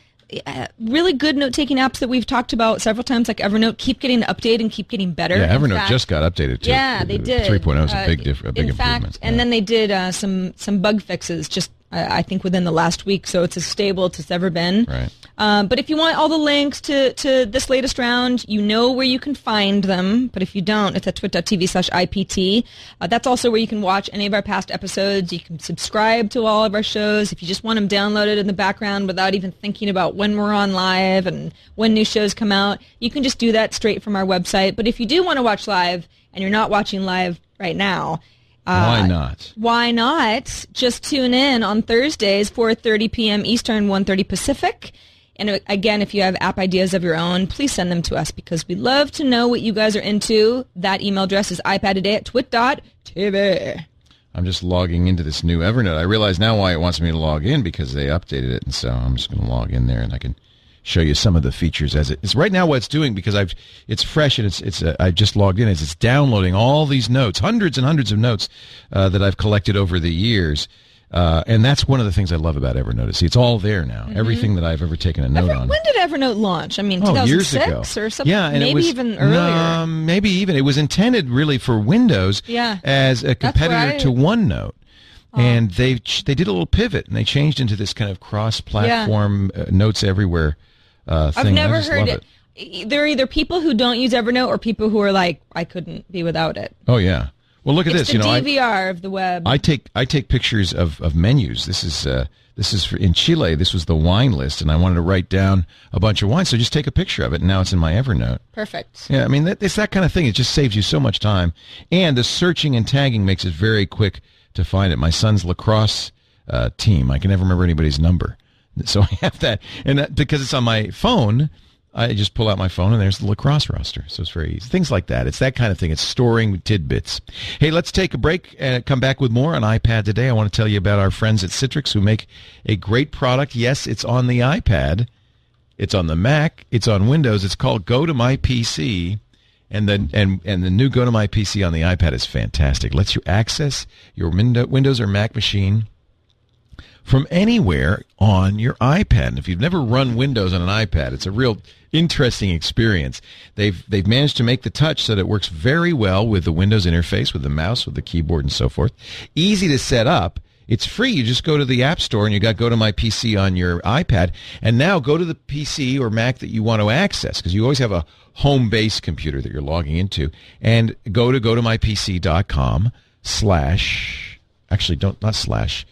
S4: uh, really good note-taking apps that we've talked about several times, like Evernote, keep getting updated and keep getting better.
S5: yeah,
S4: In
S5: Evernote
S4: fact-
S5: just got updated too.
S4: Yeah, they did.
S5: 3.0 is a
S4: Uh,
S5: big diff- a big
S4: in fact,
S5: improvement.
S4: and
S5: Yeah.
S4: then they did uh, some some bug fixes just uh, I think within the last week, so it's as stable as it's ever been.
S5: Right.
S4: Um, but if you want all the links to, to this latest round, you know where you can find them. But if you don't, it's at twit.tv slash IPT. Uh, that's also where you can watch any of our past episodes. You can subscribe to all of our shows. If you just want them downloaded in the background without even thinking about when we're on live and when new shows come out, you can just do that straight from our website. But if you do want to watch live and you're not watching live right now,
S5: why not?
S4: Uh, why not just tune in on Thursdays 4:30 p.m. Eastern, 1:30 Pacific. And uh, again, if you have app ideas of your own, please send them to us because we love to know what you guys are into. That email address is iPadToday at twit.tv.
S5: I'm just logging into this new Evernote. I realize now why it wants me to log in because they updated it, and so I'm just going to log in there and I can show you some of the features as it is right now. What it's doing because I've it's fresh and it's it's uh, I just logged in is it's downloading all these notes, hundreds and hundreds of notes uh, that I've collected over the years. Uh, and that's one of the things I love about Evernote. is, See, it's all there now. Everything that I've ever taken a note on.
S4: Mm-hmm. When did Evernote launch? I mean,
S5: Oh, years
S4: 2006
S5: ago.
S4: or something.
S5: Yeah, and
S4: maybe
S5: it was,
S4: even earlier.
S5: No, maybe even it was intended really for Windows.
S4: Yeah. Oh.
S5: as a competitor
S4: where I-
S5: to OneNote. And they ch- they did a little pivot and they changed into this kind of cross-platform uh, notes everywhere uh, thing.
S4: I've never
S5: I just
S4: heard
S5: love
S4: it. E- There are either people who don't use Evernote or people who are like, I couldn't be without it.
S5: Oh yeah. Well, look at
S4: It's
S5: this.
S4: the
S5: you know, I-
S4: DVR of the web.
S5: I take I take pictures of, of menus. This is uh, this is for, in Chile. This was the wine list, and I wanted to write down a bunch of wines. So just take a picture of it, and now it's in my Evernote.
S4: Perfect.
S5: Yeah, I mean, that, it's that kind of thing. It just saves you so much time. And the searching and tagging makes it very quick to find it. My son's lacrosse uh, team, I can never remember anybody's number. So [laughs] I have that. And that, because it's on my phone, I just pull out my phone and there's the lacrosse roster. So it's very easy. Things like that. It's that kind of thing. It's storing tidbits. Hey, let's take a break and come back with more on iPad today. I want to tell you about our friends at Citrix who make a great product. Yes, it's on the iPad. It's on the Mac. It's on Windows. It's called Go to My PC, and then and and the new Go to My PC on the iPad is fantastic. Lets you access your Windo- Windows or Mac machine from anywhere on your iPad. And if you've never run Windows on an iPad, it's a real interesting experience. They've they've managed to make the touch so that it works very well with the Windows interface, with the mouse, with the keyboard, and so forth. Easy to set up. It's free. You just go to the App Store and you got Go to My PC on your iPad. And now go to the PC or Mac that you want to access because you always have a home base computer that you're logging into. And go to go to my PC.com slash, actually, don't, not slash,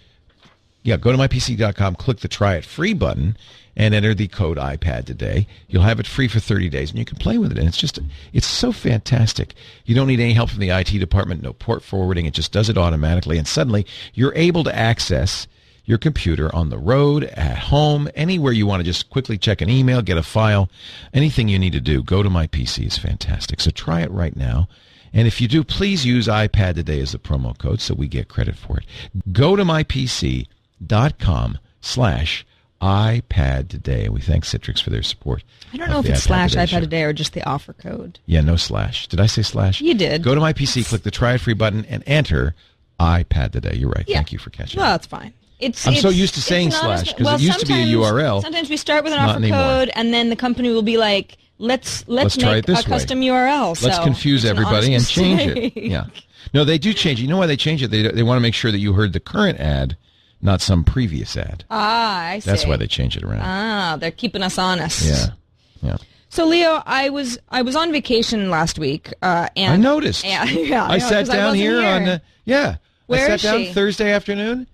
S5: yeah, go to mypc.com, click the try it free button, and enter the code iPad today. You'll have it free for 30 days and you can play with it. And it's just, it's so fantastic. You don't need any help from the IT department, no port forwarding. It just does it automatically. And suddenly you're able to access your computer on the road, at home, anywhere you want to just quickly check an email, get a file, anything you need to do. Go to my PC is fantastic. So try it right now And if you do, please use iPad today as the promo code so we get credit for it. Go to mypc.com slash iPad today. We thank Citrix for their support.
S4: I don't
S5: of
S4: know if
S5: the
S4: it's slash
S5: show.
S4: iPad a day or just the offer code.
S5: Yeah, no slash. Did I say slash?
S4: You did.
S5: Go to my PC, click the try it free button, and enter iPad today. You're right.
S4: Yeah.
S5: Thank you for catching.
S4: Well,
S5: that.
S4: it's fine. It's
S5: I'm so
S4: it's-
S5: used to
S4: it's
S5: saying
S4: an honest-
S5: slash, 'cause
S4: well,
S5: it used to be a
S4: sometimes-
S5: URL.
S4: Sometimes we start with an
S5: Not
S4: offer
S5: anymore.
S4: code, and then the company will be like, "Let's
S5: Let's
S4: let's,
S5: try
S4: make
S5: it this
S4: a
S5: way.
S4: custom URL." So
S5: Let's confuse
S4: it's an
S5: everybody and
S4: honest
S5: change
S4: mistake.
S5: it. Yeah. No, they do change it. You know why they change it? They they want to make sure that you heard the current ad, not some previous ad.
S4: [laughs] Ah, I see.
S5: That's why they change it around.
S4: Ah, they're keeping us honest.
S5: yeah. Yeah.
S4: So Leo, I was I was on vacation last week, uh, and
S5: I noticed.
S4: Yeah, [laughs] yeah.
S5: I
S4: know,
S5: sat
S4: 'cause
S5: down
S4: wasn't
S5: here, on the yeah.
S4: Where
S5: I sat
S4: is
S5: down
S4: she?
S5: Thursday afternoon.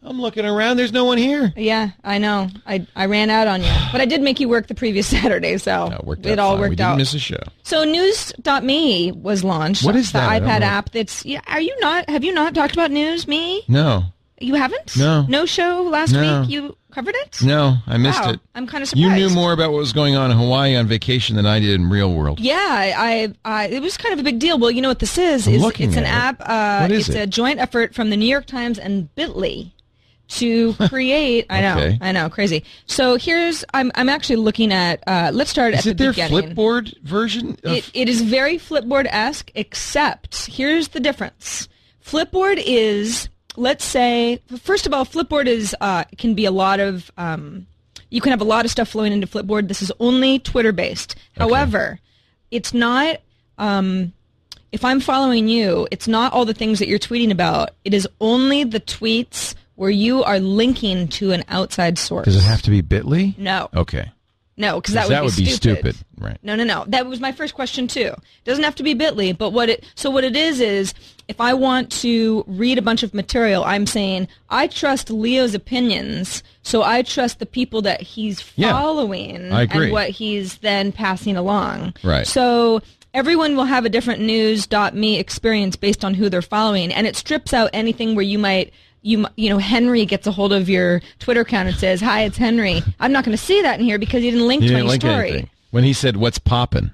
S5: I'm looking around. There's no one here.
S4: Yeah, I know. I I ran out on you, but I did make you work the previous [laughs] Saturday, so
S5: No, it worked out
S4: it all
S5: fine.
S4: worked
S5: we didn't
S4: out.
S5: miss a show.
S4: So news.me was launched.
S5: What is
S4: the
S5: that? I don't
S4: iPad
S5: know.
S4: app that's yeah, are you not have you not talked about news me?
S5: No,
S4: You haven't?
S5: No.
S4: No show last
S5: No.
S4: week you covered it?
S5: no, I missed
S4: Wow,
S5: it.
S4: I'm kinda
S5: You knew
S4: surprised.
S5: more about what was going on in Hawaii on vacation than I did in real world.
S4: Yeah, I, I, I it was kind of a big deal. Well, you know what this is?
S5: I'm
S4: is
S5: looking
S4: it's an
S5: at
S4: app.
S5: it.
S4: Uh,
S5: What is
S4: it's
S5: it?
S4: a joint effort from the New York Times and Bitly
S5: [laughs]
S4: to create. I know,
S5: Okay.
S4: I know, crazy. So here's I'm I'm actually looking at. Uh, let's start at
S5: Is
S4: the
S5: it their
S4: beginning.
S5: Flipboard version? Of,
S4: It, it is very Flipboard esque, except here's the difference. Flipboard is, let's say, first of all, Flipboard is uh, can be a lot of. Um, you can have a lot of stuff flowing into Flipboard. This is only Twitter based. However, it's not. Um, if I'm following you, it's not all the things that you're tweeting about. It is only the tweets where you are linking to an outside source.
S5: Does it have to be Bitly?
S4: No.
S5: Okay.
S4: No, because
S5: 'Cause
S4: that,
S5: that would be
S4: stupid.
S5: stupid, right.
S4: No, no, no. That was my first question too. Doesn't have to be Bitly, but what it so what it is is if I want to read a bunch of material, I'm saying I trust Leo's opinions, so I trust the people that he's
S5: Yeah.
S4: following
S5: I agree.
S4: and what he's then passing along.
S5: Right.
S4: So everyone will have a different news.me experience based on who they're following and it strips out anything where you might you m- you know Henry gets a hold of your Twitter account and says, "Hi, it's Henry." I'm not going to see that in here because he didn't link
S5: You
S4: to
S5: didn't
S4: any
S5: like
S4: story.
S5: anything when he said, "What's poppin'?"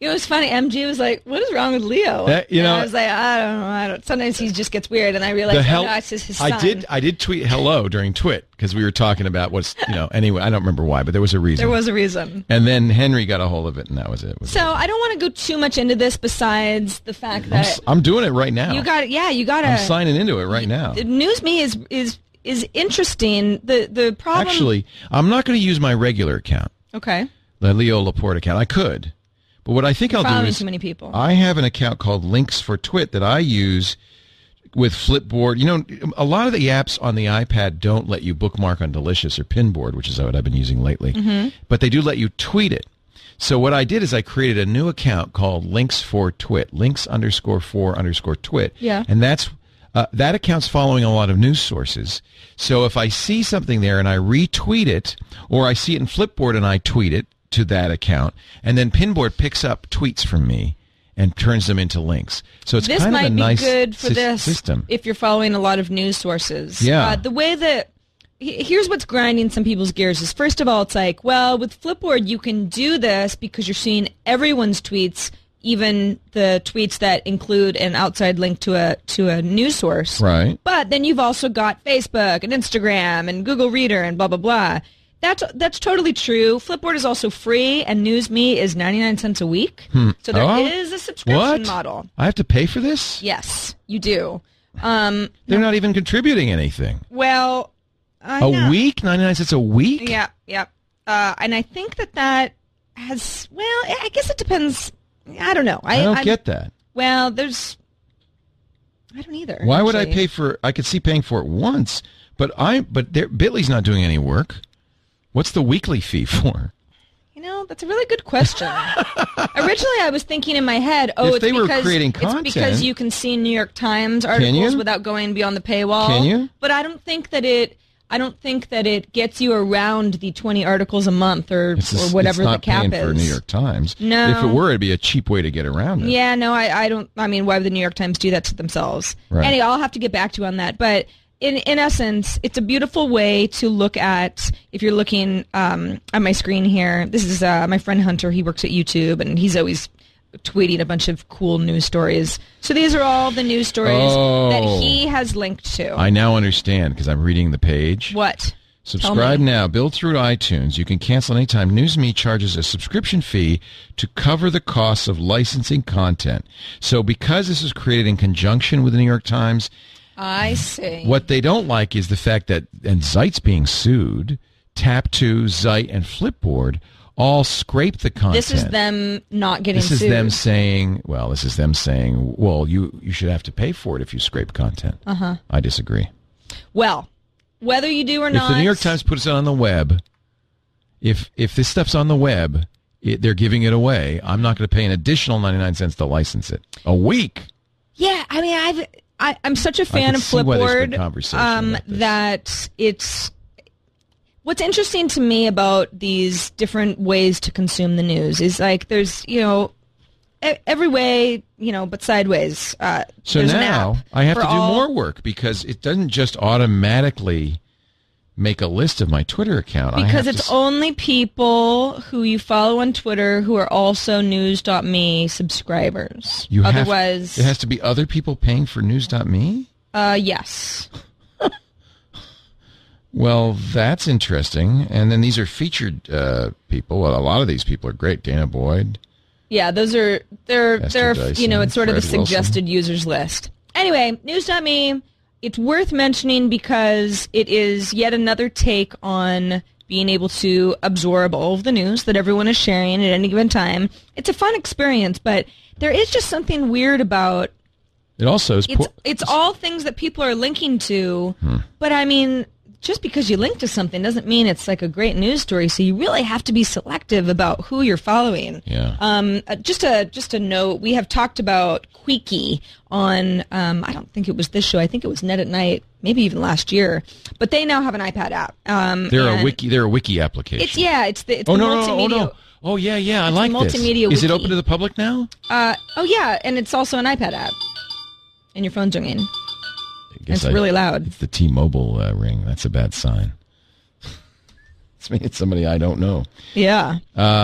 S4: You know, it's funny. MG was like, "What is wrong with Leo?"
S5: That- you
S4: And
S5: know-
S4: I was like, "I don't know. I don't." Sometimes he just gets weird, and I realized,
S5: the
S4: oh,
S5: hell
S4: no, it's his, his son.
S5: I did I did tweet hello during twit because we were talking about what's you know anyway I don't remember why but there was a reason
S4: There was a reason.
S5: and then Henry got a hold of it and that was it. It was-
S4: So I don't want to go too much into this. Besides the fact
S5: I'm,
S4: that
S5: s- I'm doing it right now.
S4: you got, yeah, you got
S5: I'm
S4: to.
S5: signing into it right now.
S4: Uh, News me is is is interesting. The the problem.
S5: Actually, I'm not going to use my regular account,
S4: okay,
S5: the Leo Laporte account. I could, but what I think I'll do
S4: following
S5: is
S4: too many people.
S5: I have an account called Links for Twit that I use with Flipboard. You know, a lot of the apps on the iPad don't let you bookmark on Delicious or Pinboard, which is what I've been using lately, but they do let you tweet it. So what I did is I created a new account called Links for Twit, links underscore for underscore twit.
S4: Yeah.
S5: And that's uh, that account's following a lot of news sources. So if I see something there and I retweet it, or I see it in Flipboard and I tweet it to that account, and then Pinboard picks up tweets from me and turns them into links. So it's
S4: this
S5: kind
S4: might
S5: of a
S4: be
S5: nice
S4: good for
S5: sys-
S4: this
S5: system.
S4: if you're following a lot of news sources.
S5: Yeah.
S4: Uh, the way that he- here's what's grinding some people's gears is first of all, it's like, well, with Flipboard you can do this because you're seeing everyone's tweets, even the tweets that include an outside link to a to a news source.
S5: Right.
S4: But then you've also got Facebook and Instagram and Google Reader and blah blah blah. That's that's totally true. Flipboard is also free, and NewsMe is ninety nine cents a week. So there is
S5: Oh.
S4: a subscription
S5: what
S4: model.
S5: I have to pay for this?
S4: Yes, you do. Um,
S5: They're not even contributing anything.
S4: well, I
S5: A
S4: know.
S5: week, ninety nine cents a week.
S4: Yeah, yeah. Uh, and I think that that has. Well, I I guess it depends. I don't know. I,
S5: I don't
S4: I'm-
S5: get that.
S4: Well, there's. I don't either.
S5: Why would I
S4: actually.
S5: pay for? I could see paying for it once, but I but there, Bitly's not doing any work. What's the weekly fee for?
S4: You know, that's a really
S5: [laughs]
S4: good question. Originally, I was thinking in my head, oh,
S5: If
S4: it's,
S5: they were
S4: because,
S5: creating
S4: it's because
S5: content-
S4: you can see New York Times
S5: you?
S4: articles without going beyond the paywall.
S5: Can you?
S4: But I don't think that it. I don't think that it gets you around the 20 articles a month or,
S5: It's just-
S4: or whatever
S5: it's not
S4: the cap
S5: paying
S4: is.
S5: for New York Times.
S4: No.
S5: if it were, it'd be a cheap way to get around it.
S4: Yeah, no, I, I don't. I mean, why would the New York Times do that to themselves?
S5: Right.
S4: Anyway, I'll have to get back to you on that. But in in essence, it's a beautiful way to look at. If you're looking um, on my screen here, this is uh, my friend Hunter. He works at YouTube, and he's always tweeting a bunch of cool news stories. So these are all the news stories that
S5: Oh.
S4: he has linked to.
S5: I now understand because I'm reading the page.
S4: what?
S5: Subscribe
S4: me.
S5: now. Build through iTunes. You can cancel anytime. NewsMe charges a subscription fee to cover the costs of licensing content. So because this is created in conjunction with the New York Times,
S4: I see.
S5: what they don't like is the fact that and Zeit's being sued. Tap Two, Zeit, and Flipboard all scrape the content.
S4: This is them not getting
S5: This is
S4: sued.
S5: them saying, well, this is them saying, well, you you should have to pay for it if you scrape content. Uh-huh. I disagree.
S4: well, whether you do or
S5: If
S4: not.
S5: the New York Times puts it on the web, if if this stuff's on the web, it, they're giving it away. I'm not going to pay an additional 99 cents to license it a week.
S4: Yeah, I mean, I've I, I'm such a fan
S5: can
S4: of
S5: see why there's been
S4: Flipboard.
S5: conversation
S4: um,
S5: about this.
S4: that it's what's interesting to me about these different ways to consume the news is like there's you know e- every way you know but sideways. Uh,
S5: So
S4: there's an
S5: now
S4: app
S5: I have
S4: for
S5: to do
S4: all-
S5: more work because it doesn't just automatically make a list of my Twitter account. I have
S4: because
S5: to
S4: it's
S5: s-
S4: only people who you follow on Twitter who are also news.me subscribers.
S5: you have-
S4: Otherwise,
S5: it has to be other people paying for news.me.
S4: uh, yes.
S5: Well, that's interesting. And then these are featured uh, people. Well, a lot of these people are great. Dana Boyd.
S4: Yeah, those are they're
S5: Esther
S4: they're you
S5: Dyson,
S4: know it's sort of a
S5: Fred Wilson.
S4: suggested users list. Anyway, news.me. It's worth mentioning because it is yet another take on being able to absorb all of the news that everyone is sharing at any given time. It's a fun experience, but there is just something weird about
S5: It also is.
S4: it's
S5: po-
S4: it's all things that people are linking to.
S5: Hmm.
S4: But I mean, just because you link to something doesn't mean it's like a great news story. So you really have to be selective about who you're following.
S5: Yeah.
S4: Um, uh, just a just a note. We have talked about Queeky on. Um, I don't think it was this show. I think it was Net at Night, maybe even last year. But they now have an iPad app. Um,
S5: They're a
S4: and
S5: wiki. They're a wiki application.
S4: It's yeah. It's the it's
S5: oh
S4: the
S5: no, no, no,
S4: multimedia.
S5: oh no. Oh yeah, yeah. I
S4: It's a
S5: like this.
S4: multimedia
S5: Is it
S4: wiki.
S5: open to the public now?
S4: Uh, oh yeah, and it's also an iPad app. And your phone's ringing.
S5: I guess
S4: It's
S5: I-
S4: really loud.
S5: It's the T-Mobile uh, ring. That's a bad sign. [laughs] it's me. It's somebody I don't know.
S4: Yeah.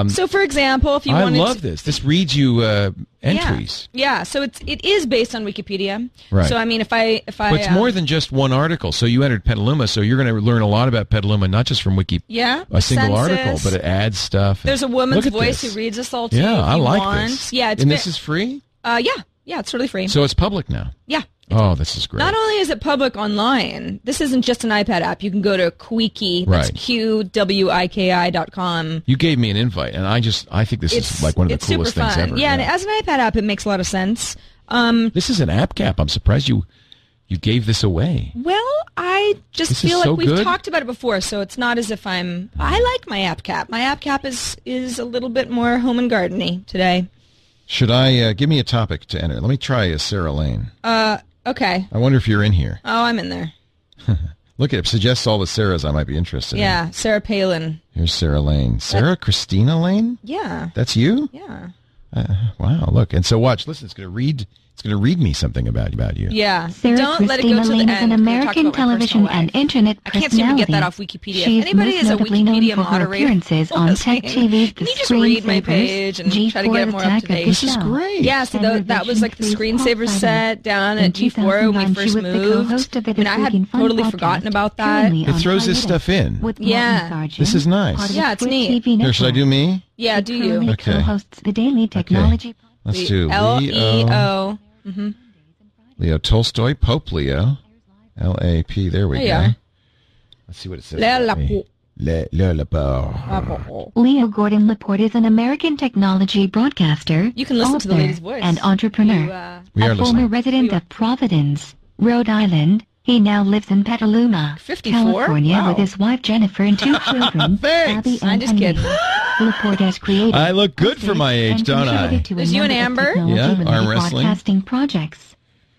S4: so, for example, if you
S5: Um, I
S4: wanted
S5: love
S4: to,
S5: this. This reads you uh,
S4: yeah,
S5: entries,
S4: Yeah. So it's it is based on Wikipedia.
S5: Right.
S4: So I mean, if I if I
S5: but it's
S4: um,
S5: more than just one article. So you entered Petaluma, so you're going to learn a lot about Petaluma, not just from Wiki.
S4: Yeah,
S5: a single
S4: census.
S5: article, but it adds stuff.
S4: there's a
S5: Look
S4: woman's
S5: at
S4: voice
S5: this.
S4: who reads us all. To you
S5: Yeah,
S4: if
S5: I
S4: you
S5: like
S4: want.
S5: this.
S4: Yeah. It's
S5: and
S4: ve-
S5: this is free,
S4: uh, yeah yeah it's totally free.
S5: so it's public now.
S4: yeah.
S5: Oh, this is great.
S4: Not only is it public online, this isn't just an iPad app. You can go to Quiki, that's
S5: Right.
S4: Q W I K I dot com.
S5: You gave me an invite, and I just I think this is like one of the
S4: it's super
S5: coolest things
S4: fun.
S5: ever.
S4: Yeah, and as an iPad app, it makes a lot of sense. Um,
S5: this is an app cap. I'm surprised you you gave this away.
S4: Well, I just
S5: This is
S4: feel like
S5: so
S4: we've
S5: good.
S4: talked about it before, so it's not as if I'm. I like my app cap. My app cap is is a little bit more home and gardeny today.
S5: Should I uh, give me a topic to enter? Let me try a Sarah Lane.
S4: Uh, Okay.
S5: I wonder if you're in here.
S4: Oh, I'm in there.
S5: Look at it. Suggests all the Sarahs I might be interested in.
S4: Yeah, Sarah Palin.
S5: Here's Sarah Lane. Sarah Christina Lane.
S4: Yeah,
S5: That's you.
S4: yeah,
S5: Wow. Look. And so watch. Listen. It's going to read. It's going to read me something about about you.
S4: yeah.
S10: Sarah
S4: Don't let it
S10: Christina
S4: go to
S10: Lane
S4: the
S10: is an
S4: end. We talked about
S10: American
S4: my
S10: television
S4: personal
S10: and
S4: life.
S10: internet
S4: I can't seem to
S10: personality.
S4: get that off Wikipedia.
S10: She is
S4: Anybody
S10: most
S4: is a
S10: notably known
S4: Wikipedia
S10: for her
S4: moderator, [laughs]
S10: appearances on
S4: that's
S10: Tech
S4: me.
S10: TV's The
S4: Can you just read my
S10: Screensavers,
S4: page and try to
S10: G4
S4: get it more
S10: attack
S4: up
S10: of
S4: to
S10: the
S4: date?
S5: This is
S10: show.
S5: great.
S4: Yeah, so tho- that was like the
S10: Television
S4: screensaver
S10: Three's
S4: set
S10: top
S4: down
S10: item.
S4: at
S10: In
S4: G4 when we
S10: 2009,
S4: first
S10: she was the
S4: moved.
S10: co-host of the
S4: And I
S10: This Week in
S4: had
S10: Fun
S4: totally
S10: podcast,
S4: forgotten about that.
S10: currently
S5: It
S10: on
S5: throws this
S10: Florida
S5: stuff in.
S10: with
S4: Yeah.
S10: Martin Sargent,
S5: This is nice.
S10: part of
S4: Yeah,
S10: the
S4: it's
S10: Twitch
S4: neat.
S10: TV
S5: Here, should I
S10: network.
S5: do me?
S4: Yeah,
S10: She
S4: do you?
S10: currently
S5: Okay.
S10: co-hosts the Daily Technology
S5: Let's do
S4: L E
S5: Leo.
S4: O.
S5: Leo Tolstoy, Pope Leo, L A P. There we
S4: Oh, Yeah.
S5: go. Let's see what it says.
S4: Leo
S5: about me.
S4: Lapo-
S5: Le, Leo Lapo.
S10: Leo Gordon Laporte is an American technology broadcaster,
S4: You can listen to the
S10: author,
S4: lady's voice.
S10: and entrepreneur.
S4: You, uh,
S5: We
S10: a
S5: are
S10: former
S5: listening.
S10: resident of Providence, Rhode Island, he now lives in Petaluma,
S4: 54?
S10: California,
S4: Wow.
S10: with his wife Jennifer
S4: [laughs]
S10: and two children, Abby and
S4: I'm just kidding. [laughs]
S10: Henry. Laporte has created.
S5: I look good for my age,
S10: and
S5: don't
S10: contributed
S5: I?
S10: to a
S4: There's you and
S10: number of
S4: Amber?
S10: technology
S5: Yeah, arm
S10: related
S5: wrestling.
S10: Broadcasting projects.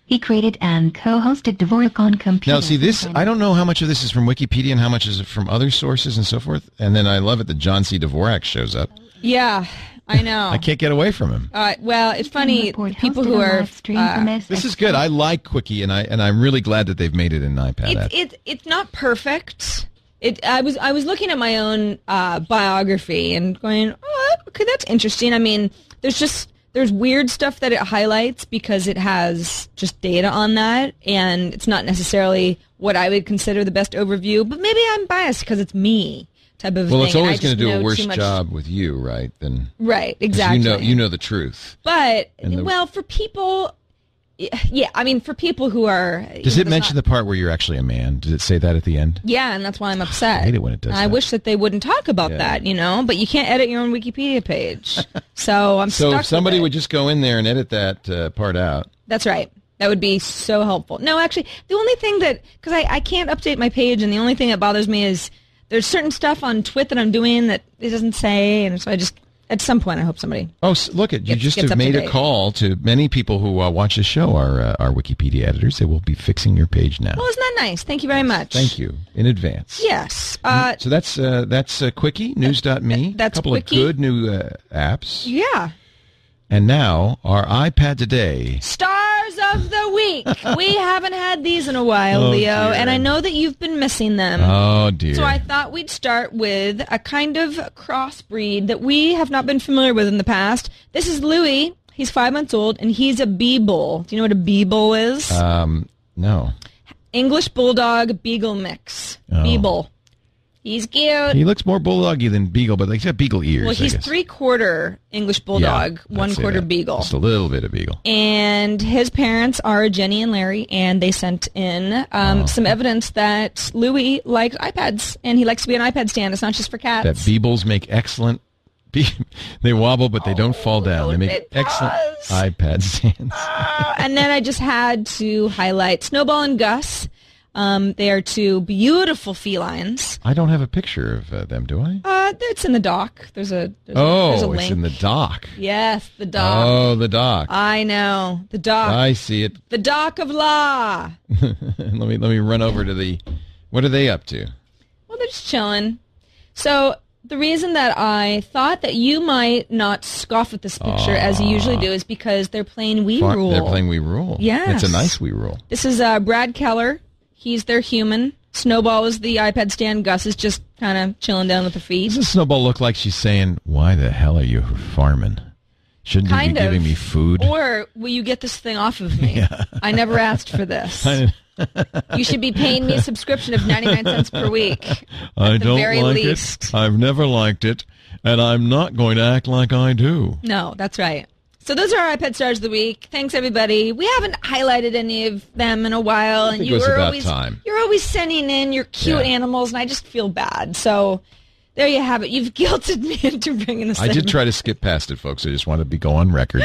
S10: He created and co-hosted Dvorak on Computer.
S5: Now, see this. I don't know how much of this is from Wikipedia and how much is it from other sources and so forth. And then I love it that John C. Dvorak shows up.
S4: Yeah, I know.
S5: I can't get away from him.
S4: Uh, well, it's funny. the
S10: Laporte
S4: People
S10: hosted
S4: who
S10: a
S4: are
S10: live stream
S4: uh,
S10: from his
S5: This is good. I like Quickie, and I and I'm really glad that they've made it an iPad app.
S4: it's it's it's not perfect. It I was I was looking at my own uh, biography and going, oh, okay, that's interesting. I mean, there's just There's weird stuff that it highlights because it has just data on that, and it's not necessarily what I would consider the best overview. But maybe I'm biased because it's me type of.
S5: Well,
S4: thing,
S5: it's
S4: and I
S5: always going
S4: just
S5: to do
S4: know
S5: a
S4: too
S5: worse
S4: much-
S5: job with you, right? Than 'cause
S4: Right. Exactly.
S5: You know, you know the truth.
S4: But
S5: And the-
S4: well, for people, yeah, I mean, for people who are
S5: Does it mention the part where you're actually a man? Does it say that at the end?
S4: Yeah, and that's why I'm upset.
S5: [sighs] I hate it when it does
S4: I
S5: that.
S4: wish that they wouldn't talk about
S5: Yeah.
S4: that, you know. But you can't edit your own Wikipedia
S5: [laughs]
S4: page, so I'm
S5: So
S4: stuck
S5: if somebody
S4: with it.
S5: would just go in there and edit that uh, part out,
S4: That's right. That would be so helpful. No, actually, the only thing that because I, I can't update my page, and the only thing that bothers me is there's certain stuff on Twit that I'm doing that it doesn't say, and so I just at some point I hope somebody.
S5: Oh, s- look at you!
S4: Gets-
S5: Just
S4: gets
S5: have
S4: up to
S5: made a
S4: date.
S5: call to many people who uh, watch the show are uh, are Wikipedia editors. They will be fixing your page now.
S4: Well, "Oh, isn't that nice? Thank you very much.
S5: Thank you in advance.
S4: Yes. Uh,
S5: So that's uh, that's uh, Quickie News.me.
S4: that's
S5: a couple
S4: Quickie.
S5: of good new uh, apps.
S4: yeah.
S5: And now our iPad today.
S4: Stars of the
S5: [laughs]
S4: week. we haven't had these in a while,
S5: Oh,
S4: Leo,
S5: dear.
S4: and I know that you've been missing them.
S5: Oh dear!
S4: So I thought we'd start with a kind of crossbreed that we have not been familiar with in the past. This is Louis. He's five months old, and he's a Beeble. Do you know what a Beeble is?
S5: um no.
S4: English Bulldog Beagle mix.
S5: Oh.
S4: Beeble. He's cute.
S5: He looks more bulldoggy than beagle, but he's got beagle ears.
S4: well,
S5: I
S4: he's
S5: guess.
S4: three quarter English
S5: Yeah,
S4: Bulldog,
S5: I'd
S4: one
S5: say
S4: quarter
S5: that.
S4: Beagle.
S5: Just a little bit of beagle.
S4: and his parents are Jenny and Larry, and they sent in
S5: Oh.
S4: um, some evidence that Louis likes iPads, and he likes to be an iPad stand. It's not just for cats.
S5: That beebles make excellent. Be- [laughs] they wobble, but they don't fall down. They make
S4: Oh, it
S5: excellent
S4: does.
S5: iPad stands.
S4: and then I just had to highlight Snowball and Gus. Um, they are two beautiful felines.
S5: I don't have a picture of uh, them, do I?
S4: Uh, it's in the dock. There's a there's a, there's a
S5: Oh,
S4: link.
S5: it's in the dock.
S4: yes, the dock.
S5: Oh, the dock.
S4: I know the dock.
S5: I see it. [laughs]
S4: the dock of law.
S5: let me let me run over to the. What are they up to?
S4: Well, they're just chilling. So the reason that I thought that you might not scoff at this picture as you usually do is because they're playing Wii
S5: Far-
S4: Rule.
S5: They're playing We Rule.
S4: Yes.
S5: it's a nice We Rule.
S4: This is uh, Brad Keller. He's their human. Snowball is the iPad stand. Gus is just kind of chilling down with the feet.
S5: Doesn't Snowball look like she's saying, "Why the hell are you farming? Shouldn't you
S4: Kind
S5: be
S4: of.
S5: giving me food?" [laughs]
S4: Or will you get this thing off of me? I never asked
S5: [laughs]
S4: for this. you should be paying me a subscription of 99 cents
S5: [laughs]
S4: per week.
S5: I
S4: the very least.
S5: it. I've never liked it, and I'm not going to act like I do.
S4: No, that's right. So those are our iPad stars of the week. Thanks everybody. We haven't highlighted any of them in a while and
S5: think
S4: you
S5: it was
S4: were
S5: about
S4: always
S5: time.
S4: you're always sending in your cute
S5: Yeah.
S4: animals and I just feel bad. So there you have it. You've [laughs] guilted me into bringing this
S5: I
S4: in.
S5: did try to skip past it, folks. I just wanted to be go on
S4: [laughs]
S5: record.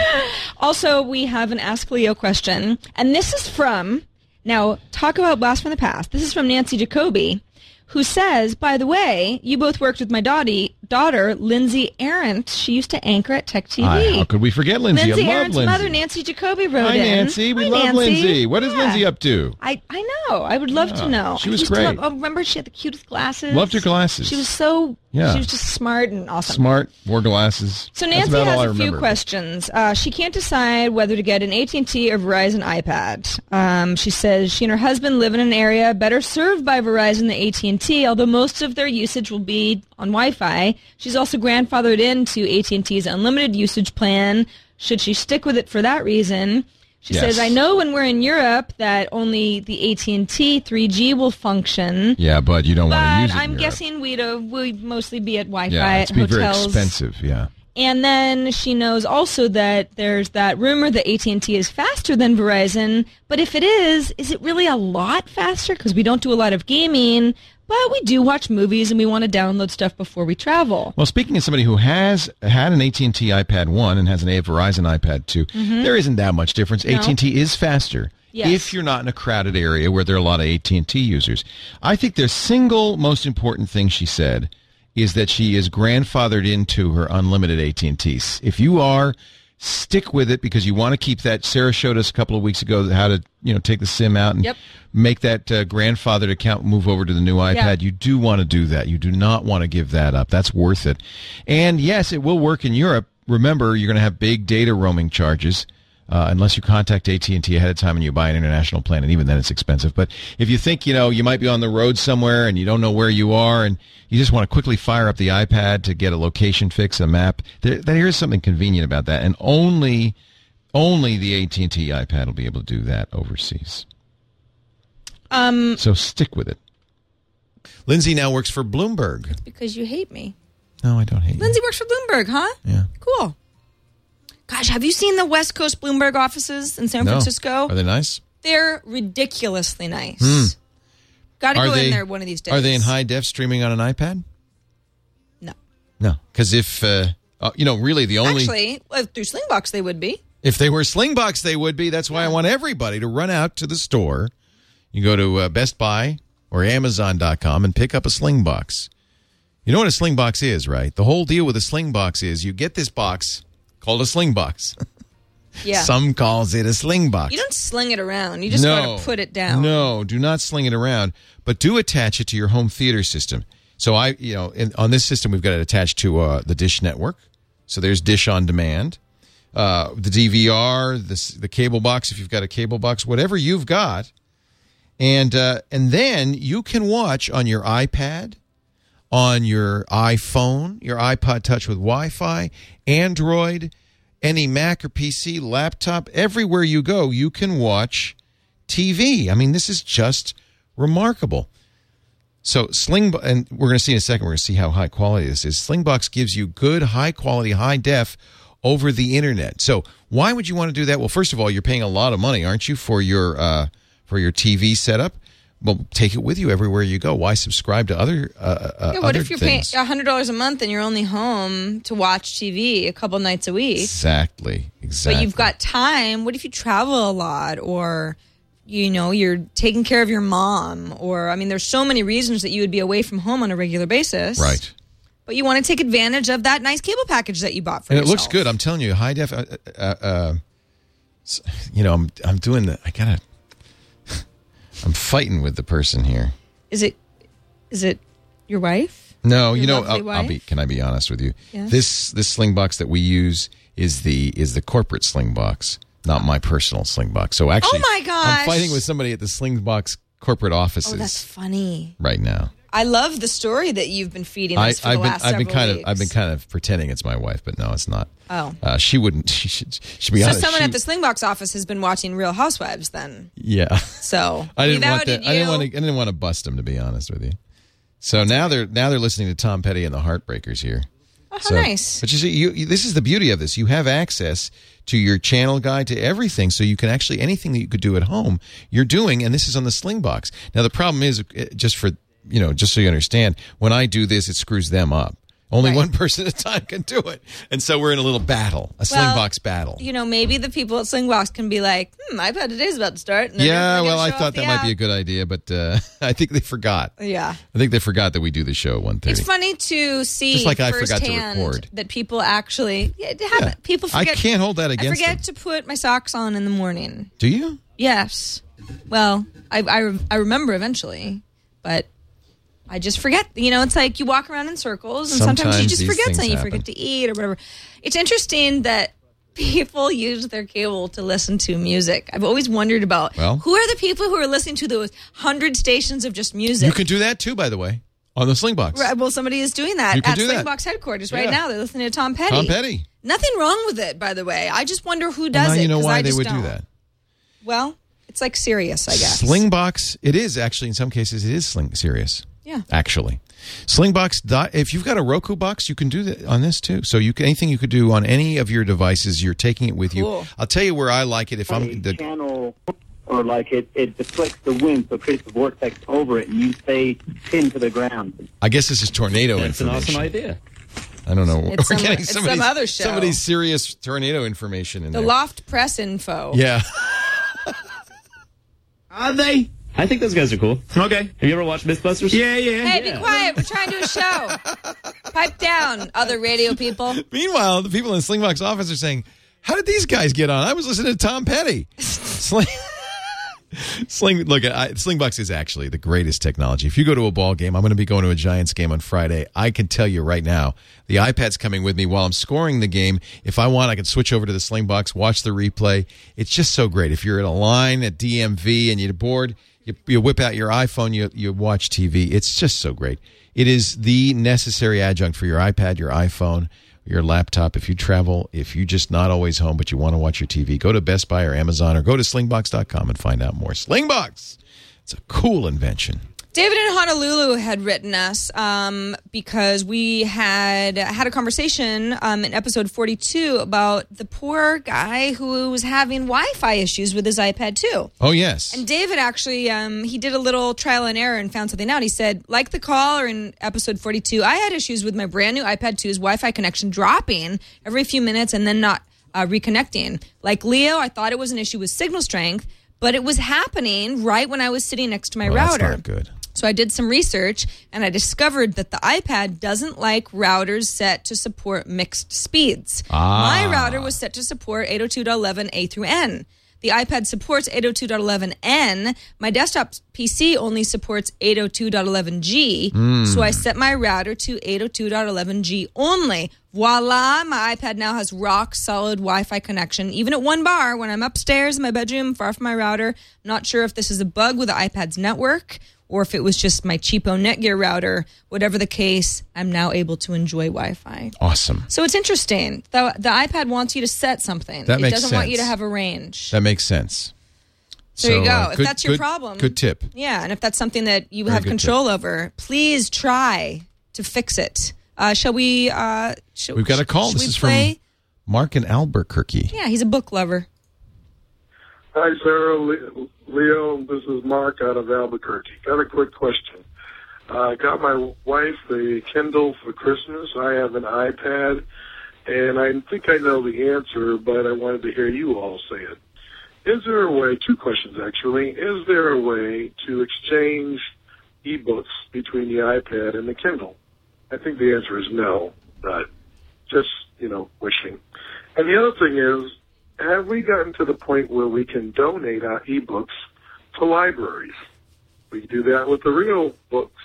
S4: Also, we have an Ask Leo question, and this is from now talk about blast from the past. This is from Nancy Jacoby, who says, "By the way, you both worked with my daughty, daughter, Lindsay Arendt. She used to anchor at Tech TV."
S5: Hi, how could we forget Lindsay?
S4: Lindsay
S5: I love
S4: Arendt's
S5: Lindsay.
S4: mother, Nancy Jacoby, wrote
S5: Hi,
S4: in.
S5: Nancy. We
S4: Hi,
S5: love
S4: Nancy.
S5: Lindsay. What is
S4: Yeah.
S5: Lindsay up to?
S4: I, I know. I would love to know.
S5: she
S4: I
S5: was
S4: used to
S5: great.
S4: love- oh, remember, she had the cutest glasses.
S5: Loved her glasses.
S4: She was so.
S5: Yeah.
S4: She was just smart and awesome.
S5: Smart, wore glasses.
S4: So
S5: That's
S4: Nancy
S5: about all
S4: has
S5: I
S4: a few
S5: remember.
S4: questions. Uh, she can't decide whether to get an AT&T or Verizon iPad. Um, she says she and her husband live in an area better served by Verizon than AT&T, although most of their usage will be on Wi-Fi. She's also grandfathered into AT&T's unlimited usage plan. Should she stick with it for that reason? She
S5: Yes.
S4: says, "I know when we're in Europe that only the AT&T 3G will function."
S5: Yeah, but you don't want to use it.
S4: But
S5: in
S4: I'm
S5: Europe.
S4: guessing we'd, uh, we mostly be at Wi-Fi
S5: Yeah,
S4: at
S5: it's be very
S4: hotels.
S5: expensive. Yeah.
S4: And then she knows also that there's that rumor that AT&T is faster than Verizon, but if it is, is it really a lot faster because we don't do a lot of gaming, but we do watch movies and we want to download stuff before we travel.
S5: Well, speaking as somebody who has had an AT and T iPad one and has an A Verizon iPad 2 there isn't that much difference. AT and T is faster.
S4: Mm-hmm. Yes.
S5: If you're not in a crowded area where there are a lot of AT and T users, I think the single most important thing she said is that she is grandfathered into her unlimited AT and T's. If you are, stick with it because you want to keep that. Sarah showed us a couple of weeks ago how to you know take the SIM out and
S4: Yep.
S5: make that uh, grandfathered account move over to the new iPad.
S4: Yeah.
S5: You do want to do that. You do not want to give that up. That's worth it. And yes, it will work in Europe. Remember, you're going to have big data roaming charges. Uh, unless you contact AT&T ahead of time and you buy an international plan, and even then it's expensive. But if you think, you know, you might be on the road somewhere and you don't know where you are and you just want to quickly fire up the iPad to get a location fix, a map, there, there- here's something convenient about that. And only, only the AT&T iPad will be able to do that overseas. Um, so stick with it.
S3: Lindsay now works for Bloomberg.
S4: Because you hate me.
S5: No, I don't hate you.
S4: Lindsay works for Bloomberg, huh?
S5: Yeah.
S4: Cool. Gosh, have you seen the West Coast Bloomberg offices in San
S5: No.
S4: Francisco?
S5: Are they nice?
S4: They're ridiculously nice. Got to
S5: Are
S4: go
S5: they
S4: in there one of these days.
S5: Are they in high def streaming on an iPad?
S4: No.
S5: No, because if uh, uh, you know, really, the only
S4: Actually, well, through Slingbox they
S5: [laughs]
S4: would be.
S3: If they were Slingbox, they would be. That's why I want everybody to run out to the store. You go to uh, Best Buy or Amazon.com and pick up a Slingbox. You know what a Slingbox is, right? The whole deal with a Slingbox is you get this box called a Slingbox.
S4: Yeah.
S3: Some calls it a Slingbox.
S4: you don't sling it around. You just got to put it down.
S5: No, do not sling it around, but do attach it to your home theater system. So I, you know, in, on this system we've got it attached to uh, the Dish Network. So there's Dish on Demand, uh, the DVR, the s- the cable box if you've got a cable box, whatever you've got, and uh, and then you can watch on your iPad, on your iPhone, your iPod Touch with Wi-Fi, Android, any Mac or PC, laptop, everywhere you go, you can watch. TV. I mean, this is just remarkable. So Sling, and we're going to see in a second. We're going to see how high quality this is. Slingbox gives you good, high quality, high def over the internet. So why would you want to do that? Well, first of all, you're paying a lot of money, aren't you, for your uh, for your TV setup? Well, take it with you everywhere you go. Why subscribe to other uh, uh,
S4: Yeah, what
S5: other
S4: if you're
S5: things?
S4: paying hundred dollars a month and you're only home to watch TV a couple nights a week?
S5: exactly, exactly.
S4: But you've got time. What if you travel a lot or you know, you're taking care of your mom or I mean there's so many reasons that you would be away from home on a regular basis.
S5: right.
S4: But you want to take advantage of that nice cable package that you bought for
S5: and it
S4: yourself.
S5: looks good. I'm telling you, high def. Uh, uh, uh, s- you know, I'm I'm doing the. I gotta. [laughs] I'm fighting with the person here.
S4: Is it is it your wife?
S5: No,
S4: Your
S5: you know,
S4: lovely
S5: I'll, I'll be.
S4: wife?
S5: Can I be honest with you?
S4: Yes.
S5: This this sling box that we use is the is the corporate sling box, not my personal sling box. So actually,
S4: Oh my
S5: I'm
S4: gosh.
S5: fighting with somebody at the sling box corporate offices
S4: Oh, that's funny.
S5: right now.
S4: I love the story that you've been feeding us for
S5: I've
S4: the
S5: been
S4: last
S5: I've been
S4: several
S5: kind of
S4: weeks.
S5: I've been kind of pretending it's my wife, but no, it's not.
S4: Oh.
S5: uh, she wouldn't. [laughs] She should. She be
S4: so
S5: honest.
S4: someone
S5: she-
S4: at the Slingbox office has been watching Real Housewives then.
S5: yeah. [laughs]
S4: So
S5: I didn't
S4: we've
S5: want
S4: outed
S5: that. I didn't
S4: you.
S5: want to. I didn't want to bust them, to be honest with you. So now they're now they're listening to Tom Petty and the Heartbreakers here.
S4: Oh, how
S5: So-
S4: nice.
S5: But you see, you, you- this is the beauty of this. You have access to your channel guide to everything, so you can actually anything that you could do at home, you're doing, and this is on the Sling Box. Now the problem is, uh, just for you know, just so you understand, when I do this, it screws them up. Only
S4: Right.
S5: one person at a time can do it, and so we're in a little battle, a Sling
S4: Well,
S5: Box battle.
S4: you know, maybe the people at Slingbox can be like, hmm, iPad today's about to start. and they're
S5: yeah,
S4: definitely
S5: well,
S4: gonna
S5: I
S4: show
S5: thought
S4: off
S5: that
S4: the
S5: might be a
S4: app.
S5: good idea, but uh, [laughs] I think they forgot.
S4: Yeah.
S5: I think they forgot that we do the show at 1.30.
S4: It's funny to see
S5: Just like I forgot to
S4: firsthand
S5: record.
S4: that people actually yeah, it happen-
S5: Yeah.
S4: people
S5: I
S4: forget.
S5: can't hold that
S4: I
S5: against
S4: forget
S5: them.
S4: to put my socks on in the morning.
S5: Do you?
S4: Yes. Well, I, I, re- I remember eventually, but I just forget. You know, it's like you walk around in circles and sometimes,
S5: Sometimes
S4: you just
S5: these
S4: forget
S5: things
S4: something. You
S5: happen.
S4: forget to eat or whatever. It's interesting that [laughs] people use their cable to listen to music. I've always wondered about
S5: Well-
S4: who are the people who are listening to those hundred stations of just music?
S5: You can do that too, by the way, on the Slingbox.
S4: Right, well, somebody is doing that
S5: You can
S4: at
S5: do that.
S4: Slingbox headquarters right
S5: Yeah.
S4: now. They're listening to Tom Petty.
S5: Tom Petty.
S4: Nothing wrong with it, by the way. I just wonder who
S5: Well,
S4: does
S5: now
S4: it.
S5: you know
S4: 'cause
S5: why
S4: I
S5: they
S4: just
S5: would
S4: don't.
S5: do that.
S4: Well, it's like serious, I guess.
S5: Slingbox, it is actually in some cases it is sling serious.
S4: Yeah.
S5: Actually. Slingbox dot if you've got a Roku box, you can do that on this too. So you can anything you could do on any of your devices, you're taking it with you.
S4: Cool.
S5: I'll tell you where I like it if I'm the
S11: channel or like it, it deflects the wind so it creates a vortex over it and you stay pinned to the ground.
S5: I guess this is tornado information.
S6: idea.
S5: I don't know. [laughs]
S4: It's
S5: We're
S4: some-
S5: getting
S4: it's some
S5: somebody's,
S4: other show.
S5: somebody's serious tornado information in
S4: The
S5: there.
S4: loft press info.
S5: yeah.
S9: Are they?
S11: I think those guys are cool.
S9: Okay.
S11: Have you ever watched Mythbusters?
S9: Yeah, yeah.
S4: Hey, be quiet. We're trying to do a show. Pipe down, other radio people.
S5: Meanwhile, the people in Slingbox office are saying, "How did these guys get on?" I was listening to Tom Petty. Sling- Sling, look, I, Slingbox is actually the greatest technology. If you go to a ball game, I'm going to be going to a Giants game on Friday. I can tell you right now, the iPad's coming with me while I'm scoring the game. If I want, I can switch over to the Slingbox, watch the replay. It's just so great. If you're in a line at DMV and you're bored, you, you whip out your iPhone, you, you watch TV. It's just so great. It is the necessary adjunct for your iPad, your iPhone your laptop if you travel if you just not always home but you want to watch your tv go to best buy or amazon or go to slingbox.com and find out more slingbox it's a cool invention
S4: David in Honolulu had written us um, because we had had a conversation um, in episode 42 about the poor guy who was having Wi-Fi issues with his iPad too.
S5: oh yes
S4: And David actually, um, he did a little trial and error and found something out. He said, like the caller in episode 42, I had issues with my brand new iPad 2's Wi Fi connection dropping every few minutes and then not uh, reconnecting. Like Leo, I thought it was an issue with signal strength, but it was happening right when I was sitting next to my
S5: Well,
S4: router.
S5: that's not good
S4: So I did some research and I discovered that the iPad doesn't like routers set to support mixed speeds.
S12: Ah.
S4: My router was set to support 802.11a through n. The iPad supports 802.11n. My desktop PC only supports 802.11g.
S12: Mm.
S4: So I set my router to 802.11g only. Voila, my iPad now has rock solid Wi Fi connection, even at one bar when I'm upstairs in my bedroom, far from my router. I'm not sure if this is a bug with the iPad's network or if it was just my cheapo Netgear router. Whatever the case, I'm now able to enjoy Wi Fi.
S5: awesome
S4: So it's interesting. The, the iPad wants you to set something.
S5: That
S4: it
S5: makes
S4: doesn't want you to
S5: sense.
S4: have a range.
S5: that makes sense
S4: There you go.
S5: uh,
S4: if
S5: good-
S4: that's your
S5: good-
S4: problem.
S5: good tip
S4: Yeah, and if that's something that you
S5: Very
S4: have
S5: good
S4: control over, please try to fix it. Uh, shall we? Uh, sh-
S5: we've got a call
S4: should
S5: this
S4: we
S5: is
S4: play?
S5: from mark in albuquerque
S4: Yeah, he's a book lover.
S13: Hi, Sarah, Le- Leo. This is Mark out of Albuquerque. Got a quick question. Uh, I got my wife the Kindle for Christmas. I have an iPad, and I think I know the answer, but I wanted to hear you all say it. Is there a way? Two questions actually. Is there a way to exchange e-books between the iPad and the Kindle? I think the answer is no, but just you know, wishing. And the other thing is, have we gotten to the point where we can donate our ebooks to libraries? We do that with the real books.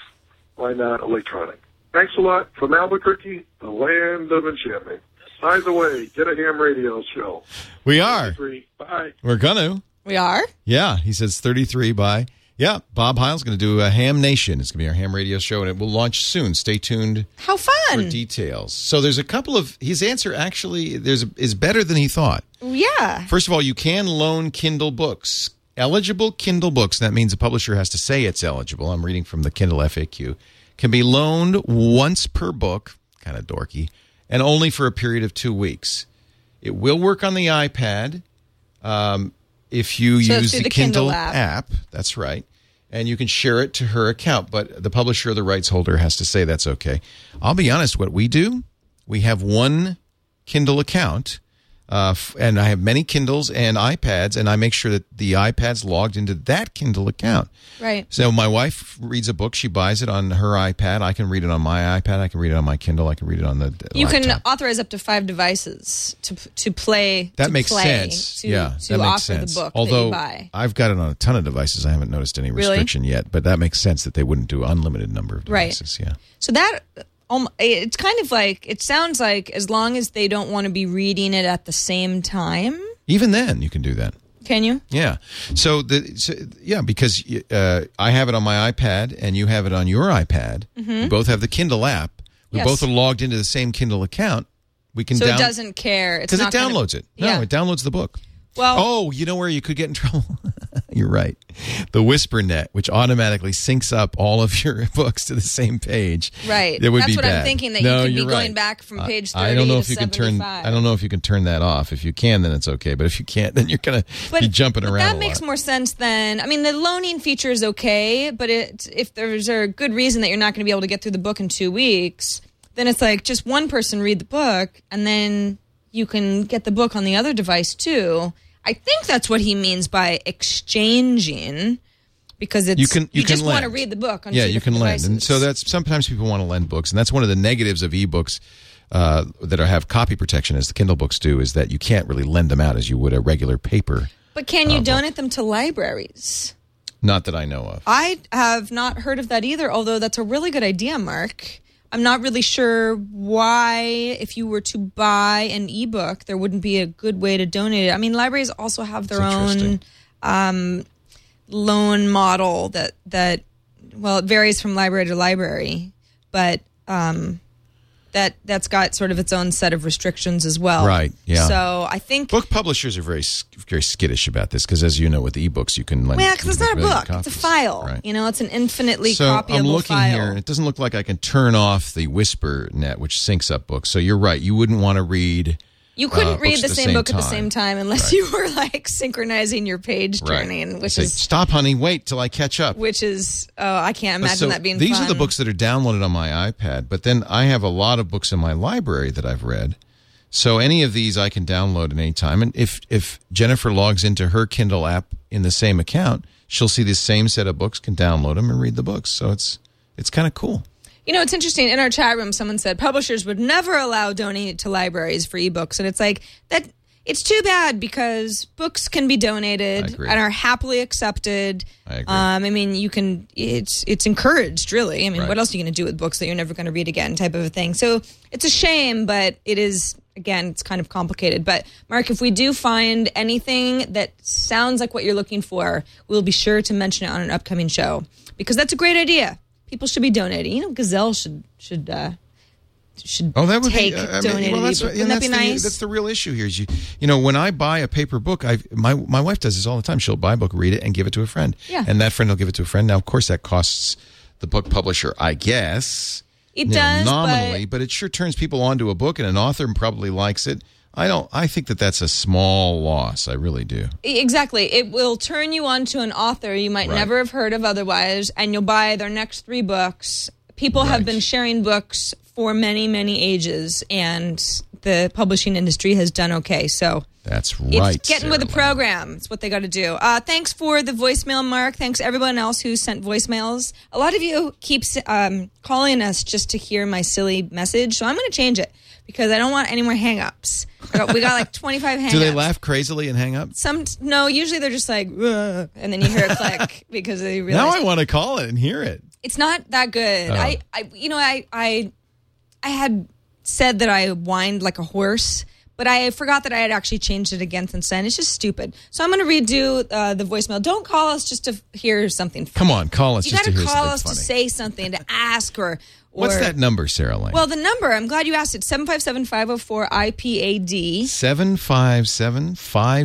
S13: Why not electronic? Thanks a lot from Albuquerque, the land of enchantment. By the way, get a ham radio show.
S5: we are
S13: Three. Bye.
S5: we're gonna
S4: We are.
S5: Yeah, he says 33 by. Yeah, Bob Heil's going to do a Ham Nation. It's going to be our ham radio show, and it will launch soon. Stay tuned
S4: How fun!
S5: for details. So there's a couple of his answer actually there's is better than he thought.
S4: Yeah.
S5: First of all, you can loan Kindle books. Eligible Kindle books, that means the publisher has to say it's eligible. I'm reading from the Kindle FAQ, can be loaned once per book, kind of dorky, and only for a period of two weeks. It will work on the iPad um, if you
S14: So
S5: use
S14: through
S5: the,
S14: the
S5: Kindle,
S14: Kindle
S5: app. That's right. And you can share it to her account, but the publisher or the rights holder has to say that's okay. I'll be honest, what we do, we have one Kindle account, uh, f- and I have many Kindles and iPads, and I make sure that the iPad's logged into that Kindle account.
S4: Right.
S5: So my wife reads a book, she buys it on her iPad. I can read it on my iPad, I can read it on my Kindle, I can read it on the. uh,
S4: You
S5: laptop.
S4: can authorize up to five devices to to play.
S5: That
S4: to
S5: makes
S4: play,
S5: sense.
S4: To,
S5: yeah,
S4: to
S5: that
S4: offer
S5: makes sense.
S4: the book that
S5: Although
S4: you buy.
S5: I've got it on a ton of devices, I haven't noticed any
S4: Really?
S5: restriction yet. But that makes sense that they wouldn't do unlimited number of
S4: Right.
S5: devices. Yeah.
S4: So that um, it's kind of like it sounds like as long as they don't want to be reading it at the same time,
S5: Even then, you can do that.
S4: can you?
S5: Yeah. So the so, yeah because uh, I have it on my iPad and you have it on your iPad.
S4: Mhm.
S5: We both have the Kindle app. We
S4: Yes.
S5: both are logged into the same Kindle account. We can
S4: So
S5: down-
S4: it doesn't care. It's
S5: because it
S4: not gonna-
S5: downloads it. No,
S4: Yeah.
S5: it downloads the book.
S4: Well-
S5: oh, you know where you could get in trouble. [laughs] You're right. The WhisperNet, which automatically syncs up all of your [laughs] books to the same page.
S4: Right.
S5: It would
S4: That's
S5: be
S4: what I'm
S5: bad.
S4: thinking, that you
S5: no,
S4: could be
S5: you're
S4: going
S5: right.
S4: back from
S5: I-
S4: page
S5: I don't
S4: 30
S5: know
S4: to
S5: if you can turn.
S4: 75.
S5: I don't know if you can turn that off. If you can, then it's okay. But if you can't, [laughs] then you're gonna
S4: But
S5: be jumping
S4: but
S5: around.
S4: that
S5: a
S4: makes
S5: lot.
S4: more sense than I mean the loaning feature is okay, but it if there's a good reason that you're not going to be able to get through the book in two weeks, then it's like just one person read the book and then you can get the book on the other device too. I think that's what he means by exchanging, because it's
S5: you can you, can
S4: just want to
S5: lend.
S4: read the book. On
S5: yeah,
S4: two
S5: you can
S4: different
S5: lend, and
S4: devices.
S5: so that's sometimes people want to lend books, and that's one of the negatives of ebooks uh, that Uh-huh. are, have copy protection, as the Kindle books do, is that you can't really lend them out as you would a regular paper.
S4: But can you donate them to libraries?
S15: Not that I know of.
S4: I have not heard of that either, although that's a really good idea, Mark. I'm not really sure why, if you were to buy an ebook, there wouldn't be a good way to donate it. I mean, libraries also have their own um, loan model that that well, it varies from library to library, but um, that that's got sort of its own set of restrictions as well.
S5: Right, yeah.
S4: So I think
S5: Book publishers are very sk- very skiddish about this because, as you know, with ebooks you can lend.
S4: well, because it's
S5: you
S4: not a
S5: can lend
S4: book; it's
S5: copies.
S4: a file.
S5: Right.
S4: You know, it's an infinitely
S5: So
S4: copyable
S5: I'm looking
S4: file.
S5: here, and it doesn't look like I can turn off the Whisper Net, which syncs up books. So you're right; you wouldn't want to read.
S4: You couldn't
S5: uh, books
S4: read the
S5: at
S4: same, book at the same time unless you were like synchronizing your page
S5: Right.
S4: turning, which
S5: Say,
S4: is
S5: stop, honey. Wait till I catch up.
S4: which is oh, I can't imagine
S5: So
S4: that being
S5: these
S4: fun.
S5: are the books that are downloaded on my iPad, but then I have a lot of books in my library that I've read. So any of these I can download at any time. And if if Jennifer logs into her Kindle app in the same account, she'll see the same set of books, can download them and read the books. So it's it's kind of cool.
S4: You know, it's interesting. In our chat room, someone said publishers would never allow donate to libraries for ebooks, and it's like that. It's too bad because books can be donated
S16: agree.
S4: and are happily accepted.
S16: I agree.
S4: Um, I mean, you can. It's it's encouraged, really. I mean,
S16: Right.
S4: what else are you going to do with books that you're never going to read again, type of a thing? So it's a shame, but it is again, it's kind of complicated. But Mark, if we do find anything that sounds like what you're looking for, we'll be sure to mention it on an upcoming show because that's a great idea. People should be donating. You know, Gazelle should should uh, should
S5: Oh, that would
S4: take
S5: be, uh, I mean,
S4: donated
S5: well, that's,
S4: ebook.
S5: and
S4: Wouldn't that
S5: that's
S4: be
S5: the,
S4: nice?
S5: That's the real issue here. Is you, you know, when I buy a paper book, I my my wife does this all the time. She'll buy a book, read it, and give it to a friend.
S4: Yeah.
S5: And that friend will give it to a friend. Now, of course, that costs the book publisher, I guess.
S4: It
S5: you know,
S4: does,
S5: nominally, but... it sure turns people onto a book, and an author probably likes it. I don't. I think that that's a small loss. I really do.
S4: E, Exactly. It will turn you on to an author you might
S5: Right.
S4: never have heard of otherwise, and you'll buy their next three books. People have been sharing books for many, many ages, and the publishing industry has done okay. So
S5: That's
S4: it's
S5: right.
S4: getting
S5: Sarah
S4: with the
S5: Lynn.
S4: program. It's what they got to do. Uh, thanks for the voicemail, Mark. Thanks everyone else who sent voicemails. A lot of you keep um, calling us just to hear my silly message, so I'm going to change it because I don't want any more hangups. We got, we
S5: [laughs]
S4: got like 25 hangups.
S5: Do they laugh crazily and hang up?
S4: Some no, usually they're just like, "Ugh," and then you hear a click because they realize
S5: Now I want to call it and hear it.
S4: it's not that good.
S5: Oh.
S4: I, I, you know, I, I, I had said that I whined like a horse, but I forgot that I had actually changed it again since then. It's just stupid. So I'm going to redo uh, the voicemail. Don't call us just to hear something. Funny.
S5: Come on, call us
S4: You
S5: just
S4: got
S5: to hear
S4: call
S5: something
S4: us
S5: funny.
S4: to say something, to ask or. or
S5: [laughs] What's that number, Sarah Lane?
S4: Well, the number. I'm glad you asked it. Seven five seven five zero four IPAD.
S5: 757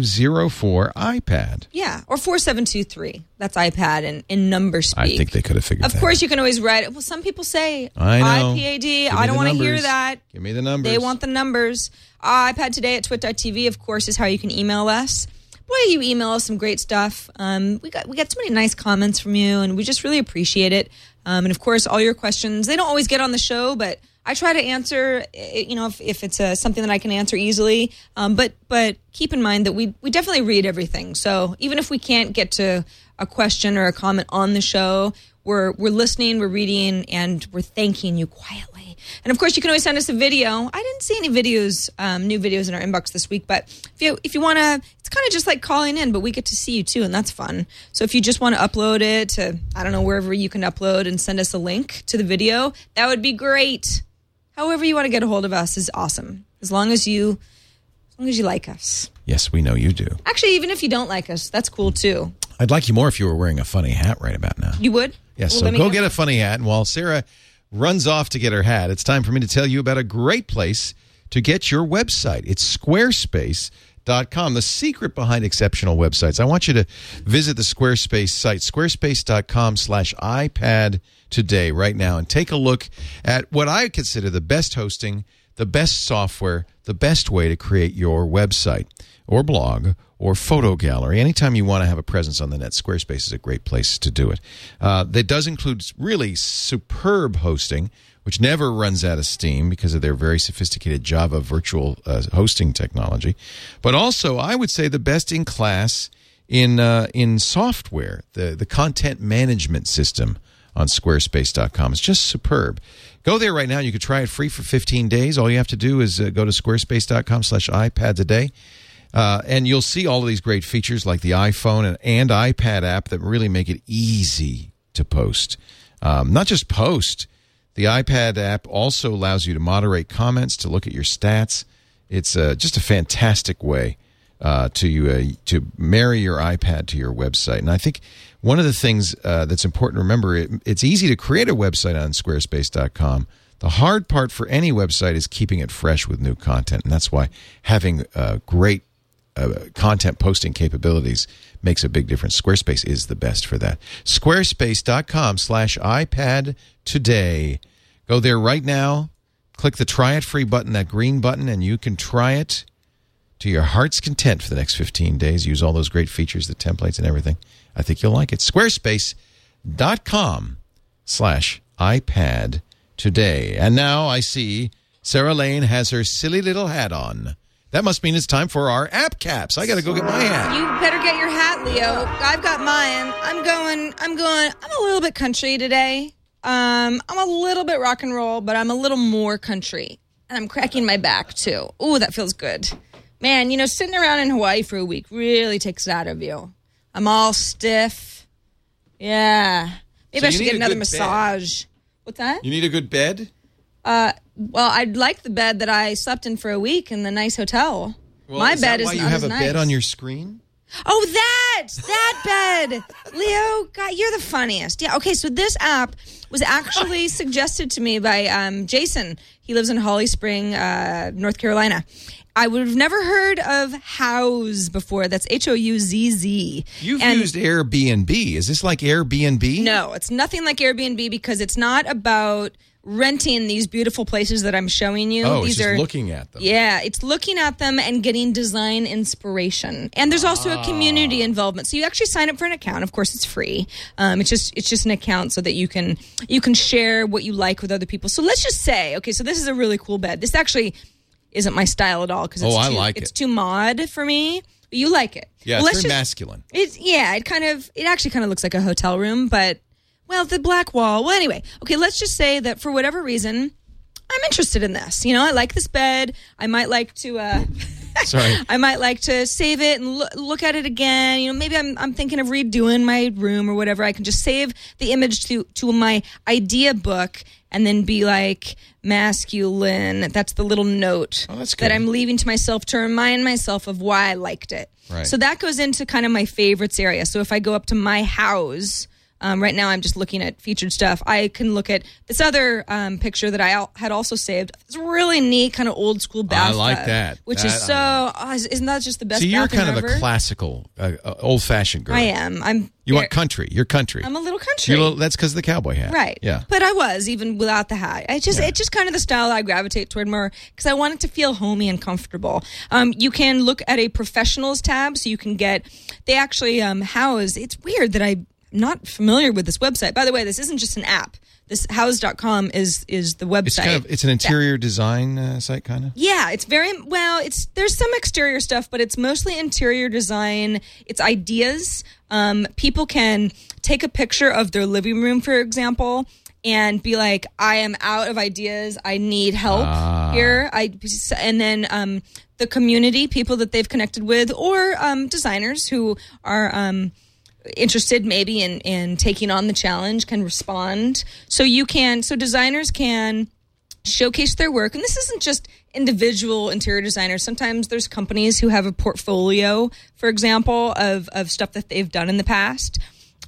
S5: 504 iPad.
S4: Yeah, or four seven two three. That's iPad and in number speak.
S5: I think they could have figured
S4: Of
S5: that
S4: course, you can always write it. Well, some people say
S5: I know.
S4: IPAD.
S5: Give me
S4: I don't
S5: the
S4: want to hear
S5: numbers.
S4: that.
S5: Give me the numbers.
S4: They want the numbers. Uh, iPad today at twit.tv, of course, is how you can email us. Boy, you email us some great stuff. Um, we got we got so many nice comments from you, and we just really appreciate it. Um, and of course, all your questions. They don't always get on the show, but I try to answer. eh, You know, if, if it's uh, something that I can answer easily. Um, but but keep in mind that we we definitely read everything. So even if we can't get to a question or a comment on the show, we're we're listening, we're reading, and we're thanking you quietly. And of course, you can always send us a video. I didn't see any videos, um, new videos in our inbox this week, but if you if you want to, it's kind of just like calling in, but we get to see you too, and that's fun. So if you just want to upload it to I don't know wherever you can upload and send us a link to the video, that would be great. However, you want to get a hold of us is awesome, as long as you as long as you like us.
S5: Yes, we know you do.
S4: Actually, even if you don't like us, that's cool too.
S5: I'd like you more if you were wearing a funny hat right about now.
S4: You would?
S5: Yes,
S4: Well,
S5: so
S4: let me
S5: go get a funny hat. And while Sarah runs off to get her hat, it's time for me to tell you about a great place to get your website. It's squarespace.com, the secret behind exceptional websites. I want you to visit the Squarespace site, squarespace.com slash iPad today, right now, and take a look at what I consider the best hosting, the best software, the best way to create your website or blog or photo gallery. Anytime you want to have a presence on the net, Squarespace is a great place to do it. Uh, that does include really superb hosting, which never runs out of steam because of their very sophisticated Java virtual uh, hosting technology. But also, I would say the best in class in uh, in software, the the content management system on squarespace.com. It's just superb. Go there right now. You can try it free for 15 days. All you have to do is uh, go to squarespace.com slash iPad today. Uh, and you'll see all of these great features like the iPhone and, and iPad app that really make it easy to post. Um, not just post, the iPad app also allows you to moderate comments, to look at your stats. It's uh, just a fantastic way uh, to uh, to marry your iPad to your website. And I think one of the things uh, that's important to remember it, it's easy to create a website on squarespace.com. The hard part for any website is keeping it fresh with new content, and that's why having uh, great uh, content posting capabilities makes a big difference. Squarespace is the best for that. Squarespace.com slash iPad today. Go there right now. Click the try it free button, that green button, and you can try it to your heart's content for the next 15 days. Use all those great features, the templates and everything. I think you'll like it. Squarespace.com slash iPad today. And now I see Sarah Lane has her silly little hat on. That must mean it's time for our app caps. I got to go get my hat.
S4: You better get your hat, Leo. I've got mine. I'm going. I'm going. I'm a little bit country today. Um, I'm a little bit rock and roll, but I'm a little more country, and I'm cracking my back too. Ooh, that feels good, man. You know, sitting around in Hawaii for a week really takes it out of you. I'm all stiff. Yeah, maybe
S5: So
S4: I
S5: you
S4: should
S5: need
S4: get
S5: a
S4: another
S5: good bed.
S4: massage. What's that?
S5: You need a good bed?
S4: Uh, well, I'd like the bed that I slept in for a week in the nice hotel.
S5: Well,
S4: my
S5: is
S4: bed
S5: that
S4: is
S5: why you
S4: not
S5: have
S4: as
S5: a
S4: nice.
S5: bed on your screen?
S4: Oh, that that bed, Leo. God, you're the funniest. Yeah. Okay. So this app
S5: [laughs]
S4: was actually suggested to me by um, Jason. He lives in Holly Spring, uh, North Carolina. I would have never heard of House before. That's H O U Z Z.
S5: You've
S4: And-
S5: used Airbnb. Is this like Airbnb?
S4: No, it's nothing like Airbnb because it's not about renting these beautiful places that I'm showing you.
S5: Oh,
S4: these
S5: it's just
S4: are
S5: looking at them.
S4: yeah, it's looking at them and getting design inspiration. And there's also a community
S5: Ah.
S4: involvement. So you actually sign up for an account. Of course, it's free. Um, it's just it's just an account so that you can you can share what you like with other people. So let's just say, okay, so this is a really cool bed. This actually isn't my style at all because it's
S5: Oh, I
S4: too,
S5: like
S4: it's
S5: it.
S4: too mod for me. But you like it.
S5: Yeah,
S4: Well,
S5: it's
S4: let's
S5: very
S4: just-
S5: masculine.
S4: it's yeah, it kind of it actually kind of looks like a hotel room, but well, the black wall. Well, anyway, okay, let's just say that for whatever reason, I'm interested in this. You know, I like this bed. I might like to uh [laughs]
S5: Sorry.
S4: I might like to save it and loo- look at it again. You know, maybe I'm, I'm thinking of redoing my room or whatever. I can just save the image to, to my idea book and then be like masculine. That's the little note
S5: Oh,
S4: that I'm leaving to myself to remind myself of why I liked it.
S17: Right.
S4: So that goes into kind of my favorites area. So if I go up to my house, um, right now I'm just looking at featured stuff. I can look at this other um, picture that I al- had also saved. It's a really neat kind of old school
S5: I
S4: bathtub.
S5: like that.
S4: Which
S5: That
S4: is
S5: I
S4: so oh, is- isn't that just the best?
S5: so you're
S4: bathroom
S5: kind of
S4: ever?
S5: a classical, uh, uh, old fashioned girl.
S4: I am. I'm.
S5: You want country. You're country.
S4: I'm a little country.
S5: You're a little- that's because of the cowboy hat.
S4: Right.
S5: Yeah.
S4: But I was even without the hat. I just it's just kind of the style I gravitate toward more because I want it to feel homey and comfortable. Um, you can look at a professionals tab, so you can get they actually um, house. It's weird that I'm not familiar with this website. By the way, this isn't just an app. This house.com is is the website.
S5: It's kind of it's an interior design uh, site, kind of.
S4: Yeah, it's very well. It's there's some exterior stuff, but it's mostly interior design. It's ideas. Um, people can take a picture of their living room, for example, and be like, "I am out of ideas. I need help
S17: Ah.
S4: here." I and then um, the community, people that they've connected with, or um, designers who are. Um, interested maybe in in taking on the challenge can respond so you can so designers can showcase their work. And this isn't just individual interior designers. Sometimes there's companies who have a portfolio, for example, of, of stuff that they've done in the past.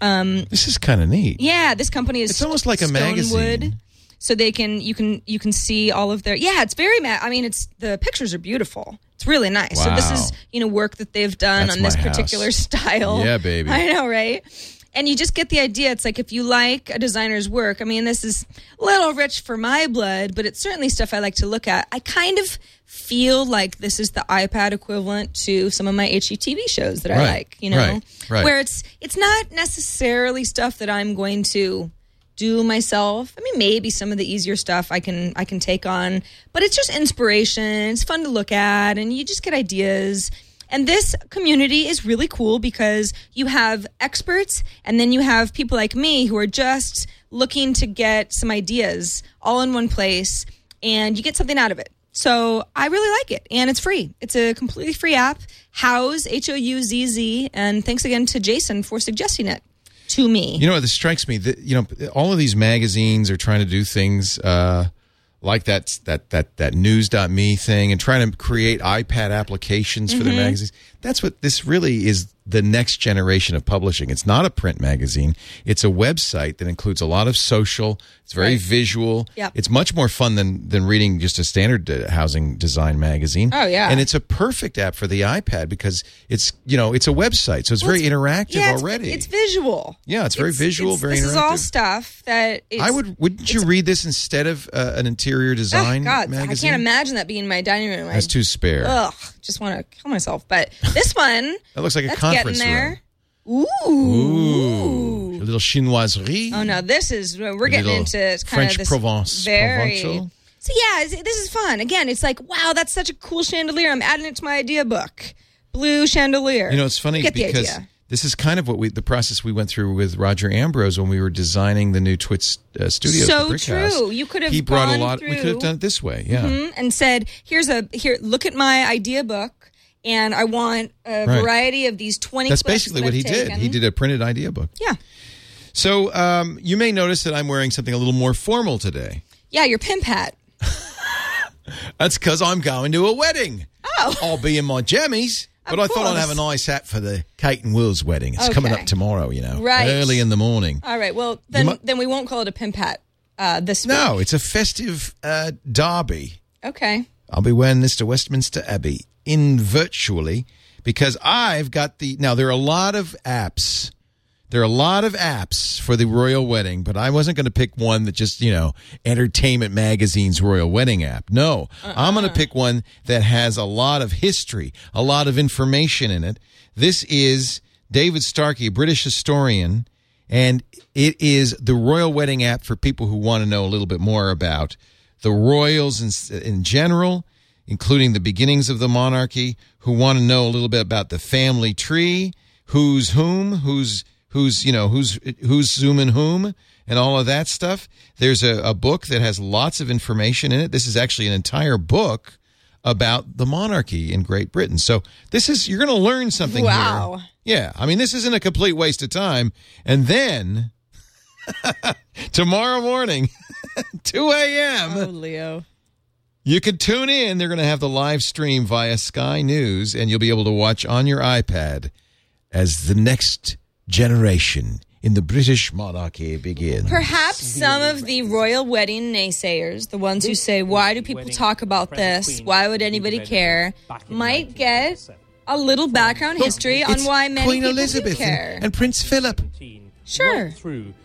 S4: Um,
S5: This is kind of neat.
S4: yeah, this company is
S5: It's almost like a
S4: Stonewood.
S5: magazine.
S4: So they can you can you can see all of their yeah it's very ma- I mean it's the pictures are beautiful it's really nice so this is
S17: Wow.
S4: you know work that they've done
S17: That's
S4: on this
S17: my house.
S4: particular [laughs] style
S17: Yeah, baby.
S4: I know right and you just get the idea it's like if you like a designer's work I mean this is a little rich for my blood but it's certainly stuff I like to look at I kind of feel like this is the iPad equivalent to some of my HGTV shows that
S17: Right,
S4: I like you know
S17: right, right.
S4: where it's it's not necessarily stuff that I'm going to do myself. I mean, maybe some of the easier stuff I can I can take on, but it's just inspiration. It's fun to look at, and you just get ideas. And this community is really cool because you have experts, and then you have people like me who are just looking to get some ideas all in one place, and you get something out of it. So I really like it, and it's free. It's a completely free app. House H O U Z Z, and thanks again to Jason for suggesting it to me.
S5: You know, this strikes me that you know all of these magazines are trying to do things uh, like that that that that news.me thing and trying to create iPad applications for the
S4: Mm-hmm.
S18: Mhm.
S5: magazines. That's what this really is the next generation of publishing. It's not a print magazine. It's a website that includes a lot of social. It's very
S4: Right.
S5: visual.
S4: Yep.
S5: It's much more fun than than reading just a standard uh, housing design magazine.
S4: Oh, yeah.
S5: And it's a perfect app for the iPad because it's, you know, it's a website. So it's very interactive
S4: Yeah, it's-
S5: already.
S4: It's visual.
S5: Yeah, it's very visual, very
S4: This is all
S5: interactive.
S4: stuff that it's,
S5: I would. Wouldn't you read this instead of uh, an interior
S4: Ugh,
S5: design
S4: God,
S5: magazine?
S4: I can't imagine that being in my dining room.
S5: That's
S4: I,
S5: too spare.
S4: Ugh, just want to kill myself. But this one
S5: [laughs] That looks like a
S4: that's
S5: conference
S4: getting there. Ooh.
S5: Ooh, a little chinoiserie.
S4: Oh no, this is we're
S5: A
S4: getting
S5: little
S4: into kind
S5: French
S4: of this
S5: Provence-
S4: very.
S5: Provençal?
S4: So yeah, it's- this is fun. Again, it's like wow, that's such a cool chandelier. I'm adding it to my idea book. Blue chandelier.
S5: You know, it's funny
S4: Get the
S5: because
S4: idea.
S5: this is kind of what we the process we went through with Roger Ambrose when we were designing the new Twitch uh, studios.
S4: So
S5: the Brick
S4: true.
S5: House.
S4: You could have
S5: He brought a
S4: gone
S5: lot. We could have
S4: through-
S5: done it this way. Yeah.
S4: Mhm, and said, "Here's a here. Look at my idea book, and I want a
S5: Right.
S4: variety of these twenty.
S5: That's
S4: clips
S5: basically
S4: that
S5: what
S4: I've
S5: he did.
S4: taken."
S5: He did a printed idea book.
S4: Yeah.
S5: So um, you may notice that I'm wearing something a little more formal today.
S4: Yeah, your pimp hat.
S5: That's because I'm going to a wedding.
S4: Oh.
S5: I'll be in my jammies. But
S4: Of
S5: I thought I'd
S4: course.
S5: have a nice hat for the Kate and Will's wedding. It's coming
S4: Okay.
S5: up tomorrow, you know.
S4: Right.
S5: Early in the morning.
S4: All right. Well, then
S5: mu-
S4: then we won't call it a pimp hat. Uh, this
S5: No,
S4: week.
S5: it's a festive uh, derby.
S4: okay.
S5: I'll be wearing this to Westminster Abbey in virtually because I've got the. Now, there are a lot of apps. There are a lot of apps for the royal wedding, but I wasn't going to pick one that just, you know, Entertainment Magazine's royal wedding app. No, I'm going to pick one that has a lot of history, a lot of information in it. This is David Starkey, a British historian, and it is the royal wedding app for people who want to know a little bit more about the royals in, in general, including the beginnings of the monarchy, who want to know a little bit about the family tree, who's whom, who's who's you know who's who's zooming whom, and all of that stuff. There's a, a book that has lots of information in it. This is actually an entire book about the monarchy in Great Britain. So this is you're going to learn something. here.
S4: Wow.
S5: Yeah, I mean this isn't a complete waste of time. And then [laughs] tomorrow morning, [laughs] 2 a.m.
S4: Oh, Leo.
S5: You can tune in. They're going to have the live stream via Sky News, and you'll be able to watch on your iPad as the next generation in the British monarchy begins.
S4: Perhaps some of the royal wedding naysayers, the ones who say, why do people talk about this? Why would anybody care? Might get a little background history on why many
S5: Queen
S4: people do
S5: Elizabeth
S4: care.
S5: and, and Prince Philip.
S4: Sure.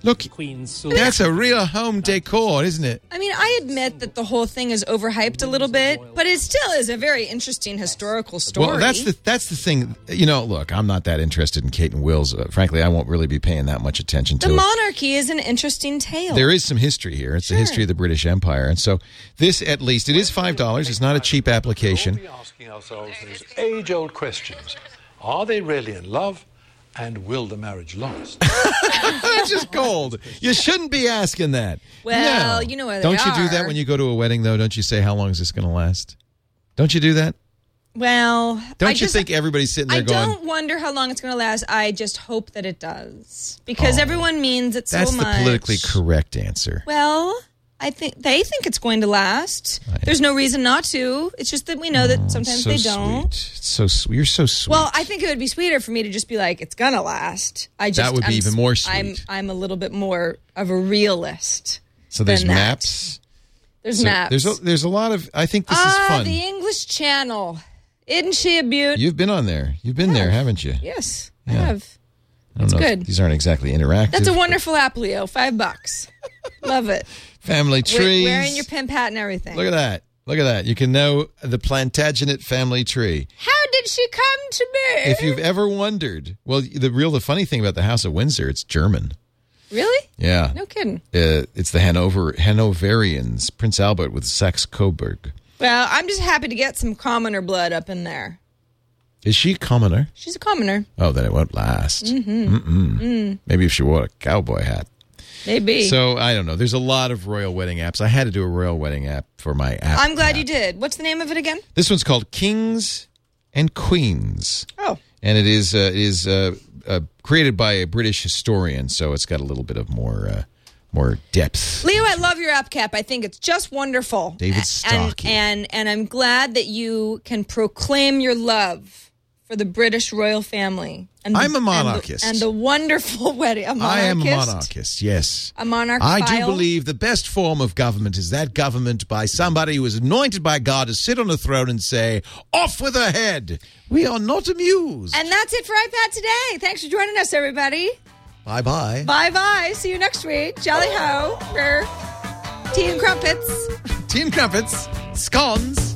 S5: Look, that's a real home decor, isn't it?
S4: I mean, I admit that the whole thing is overhyped a little bit, but it still is a very interesting historical story.
S5: Well, that's the that's the thing. You know, look, I'm not that interested in Kate and Will's. Uh, frankly, I won't really be paying that much attention to
S4: The
S5: it.
S4: monarchy is an interesting tale.
S5: There is some history here. It's the history of the British Empire, and so this, at least, it is five dollars. It's not a cheap application.
S19: asking ourselves these age old questions Are they really in love? And will the marriage last?
S5: That's Ah, just cold. You shouldn't be asking that.
S4: Well,
S5: No.
S4: you know where they
S5: Don't you do
S4: are.
S5: that when you go to a wedding, though? Don't you say how long is this going to last? Don't you do that?
S4: Well,
S5: Don't
S4: I
S5: you
S4: just,
S5: think everybody's sitting there
S4: I
S5: going,
S4: don't wonder how long it's going to last. I just hope that it does because
S5: Oh.
S4: everyone means it
S5: "That's
S4: so
S5: the
S4: much.
S5: politically correct answer"?
S4: Well, I think they think it's going to last. There's no reason not to. It's just that we know that sometimes
S5: Oh, Mm, so
S4: they don't.
S5: Sweet. So sweet. You're so sweet.
S4: Well, I think it would be sweeter for me to just be like, "It's gonna last." I
S5: That
S4: just
S5: would be
S4: I'm,
S5: even more sweet.
S4: I'm I'm a little bit more of a realist.
S5: so there's
S4: than that.
S5: maps.
S4: There's
S5: So
S4: maps.
S5: There's a, there's a lot of. I think this is
S4: ah,
S5: fun.
S4: the English Channel. Isn't she a beaut? Oh,
S5: You've been on there. You've been there, haven't you?
S4: yes, I
S5: Yeah.
S4: have.
S5: I don't
S4: It's
S5: know if
S4: good.
S5: These aren't exactly interactive.
S4: That's a wonderful app, Leo. Five
S5: [laughs]
S4: bucks. Love it.
S5: family
S4: We're
S5: trees.
S4: Wearing your pimp hat and everything.
S5: Look at that. Look at that. You can know the Plantagenet family tree.
S4: How did she come to me?
S5: If you've ever wondered, well, the real, the funny thing about the House of Windsor, it's German.
S4: really?
S5: Yeah.
S4: No kidding.
S5: Uh, it's the Hanover Hanoverians, Prince Albert with Saxe Coburg.
S4: Well, I'm just happy to get some commoner blood up in there.
S5: Is she a commoner?
S4: She's a commoner.
S5: Oh, then it won't last.
S4: Mhm.
S5: Mm-mm.
S4: Mm.
S5: Maybe if she wore a cowboy hat.
S20: Maybe.
S5: So I don't know. There's a lot of royal wedding apps. I had to do a royal wedding app for my app.
S4: I'm glad you did. What's the name of it again?
S5: This one's called Kings and Queens.
S4: Oh.
S5: And it is uh, it is uh, uh, created by a British historian, so it's got a little bit of more uh, more depth.
S4: Leo, I love your app cap. I think it's just wonderful.
S5: David
S4: And,
S5: Stocky.
S4: and and I'm glad that you can proclaim your love for the British royal family. And the-
S5: I'm a
S4: and the-
S5: monarchist.
S4: And the, wonderful [laughs] wedding. A monarchist.
S5: I am a monarchist. Yes.
S4: A monarch.
S5: I do believe the best form of government is that government by somebody who is anointed by God to sit on a throne and say, "Off with her head." We are not amused.
S4: And that's it for iPad today. Thanks for joining us, everybody.
S5: Bye bye.
S4: Bye bye. See you next week. Jolly ho for tea and crumpets.
S5: Tin crumpets, scones.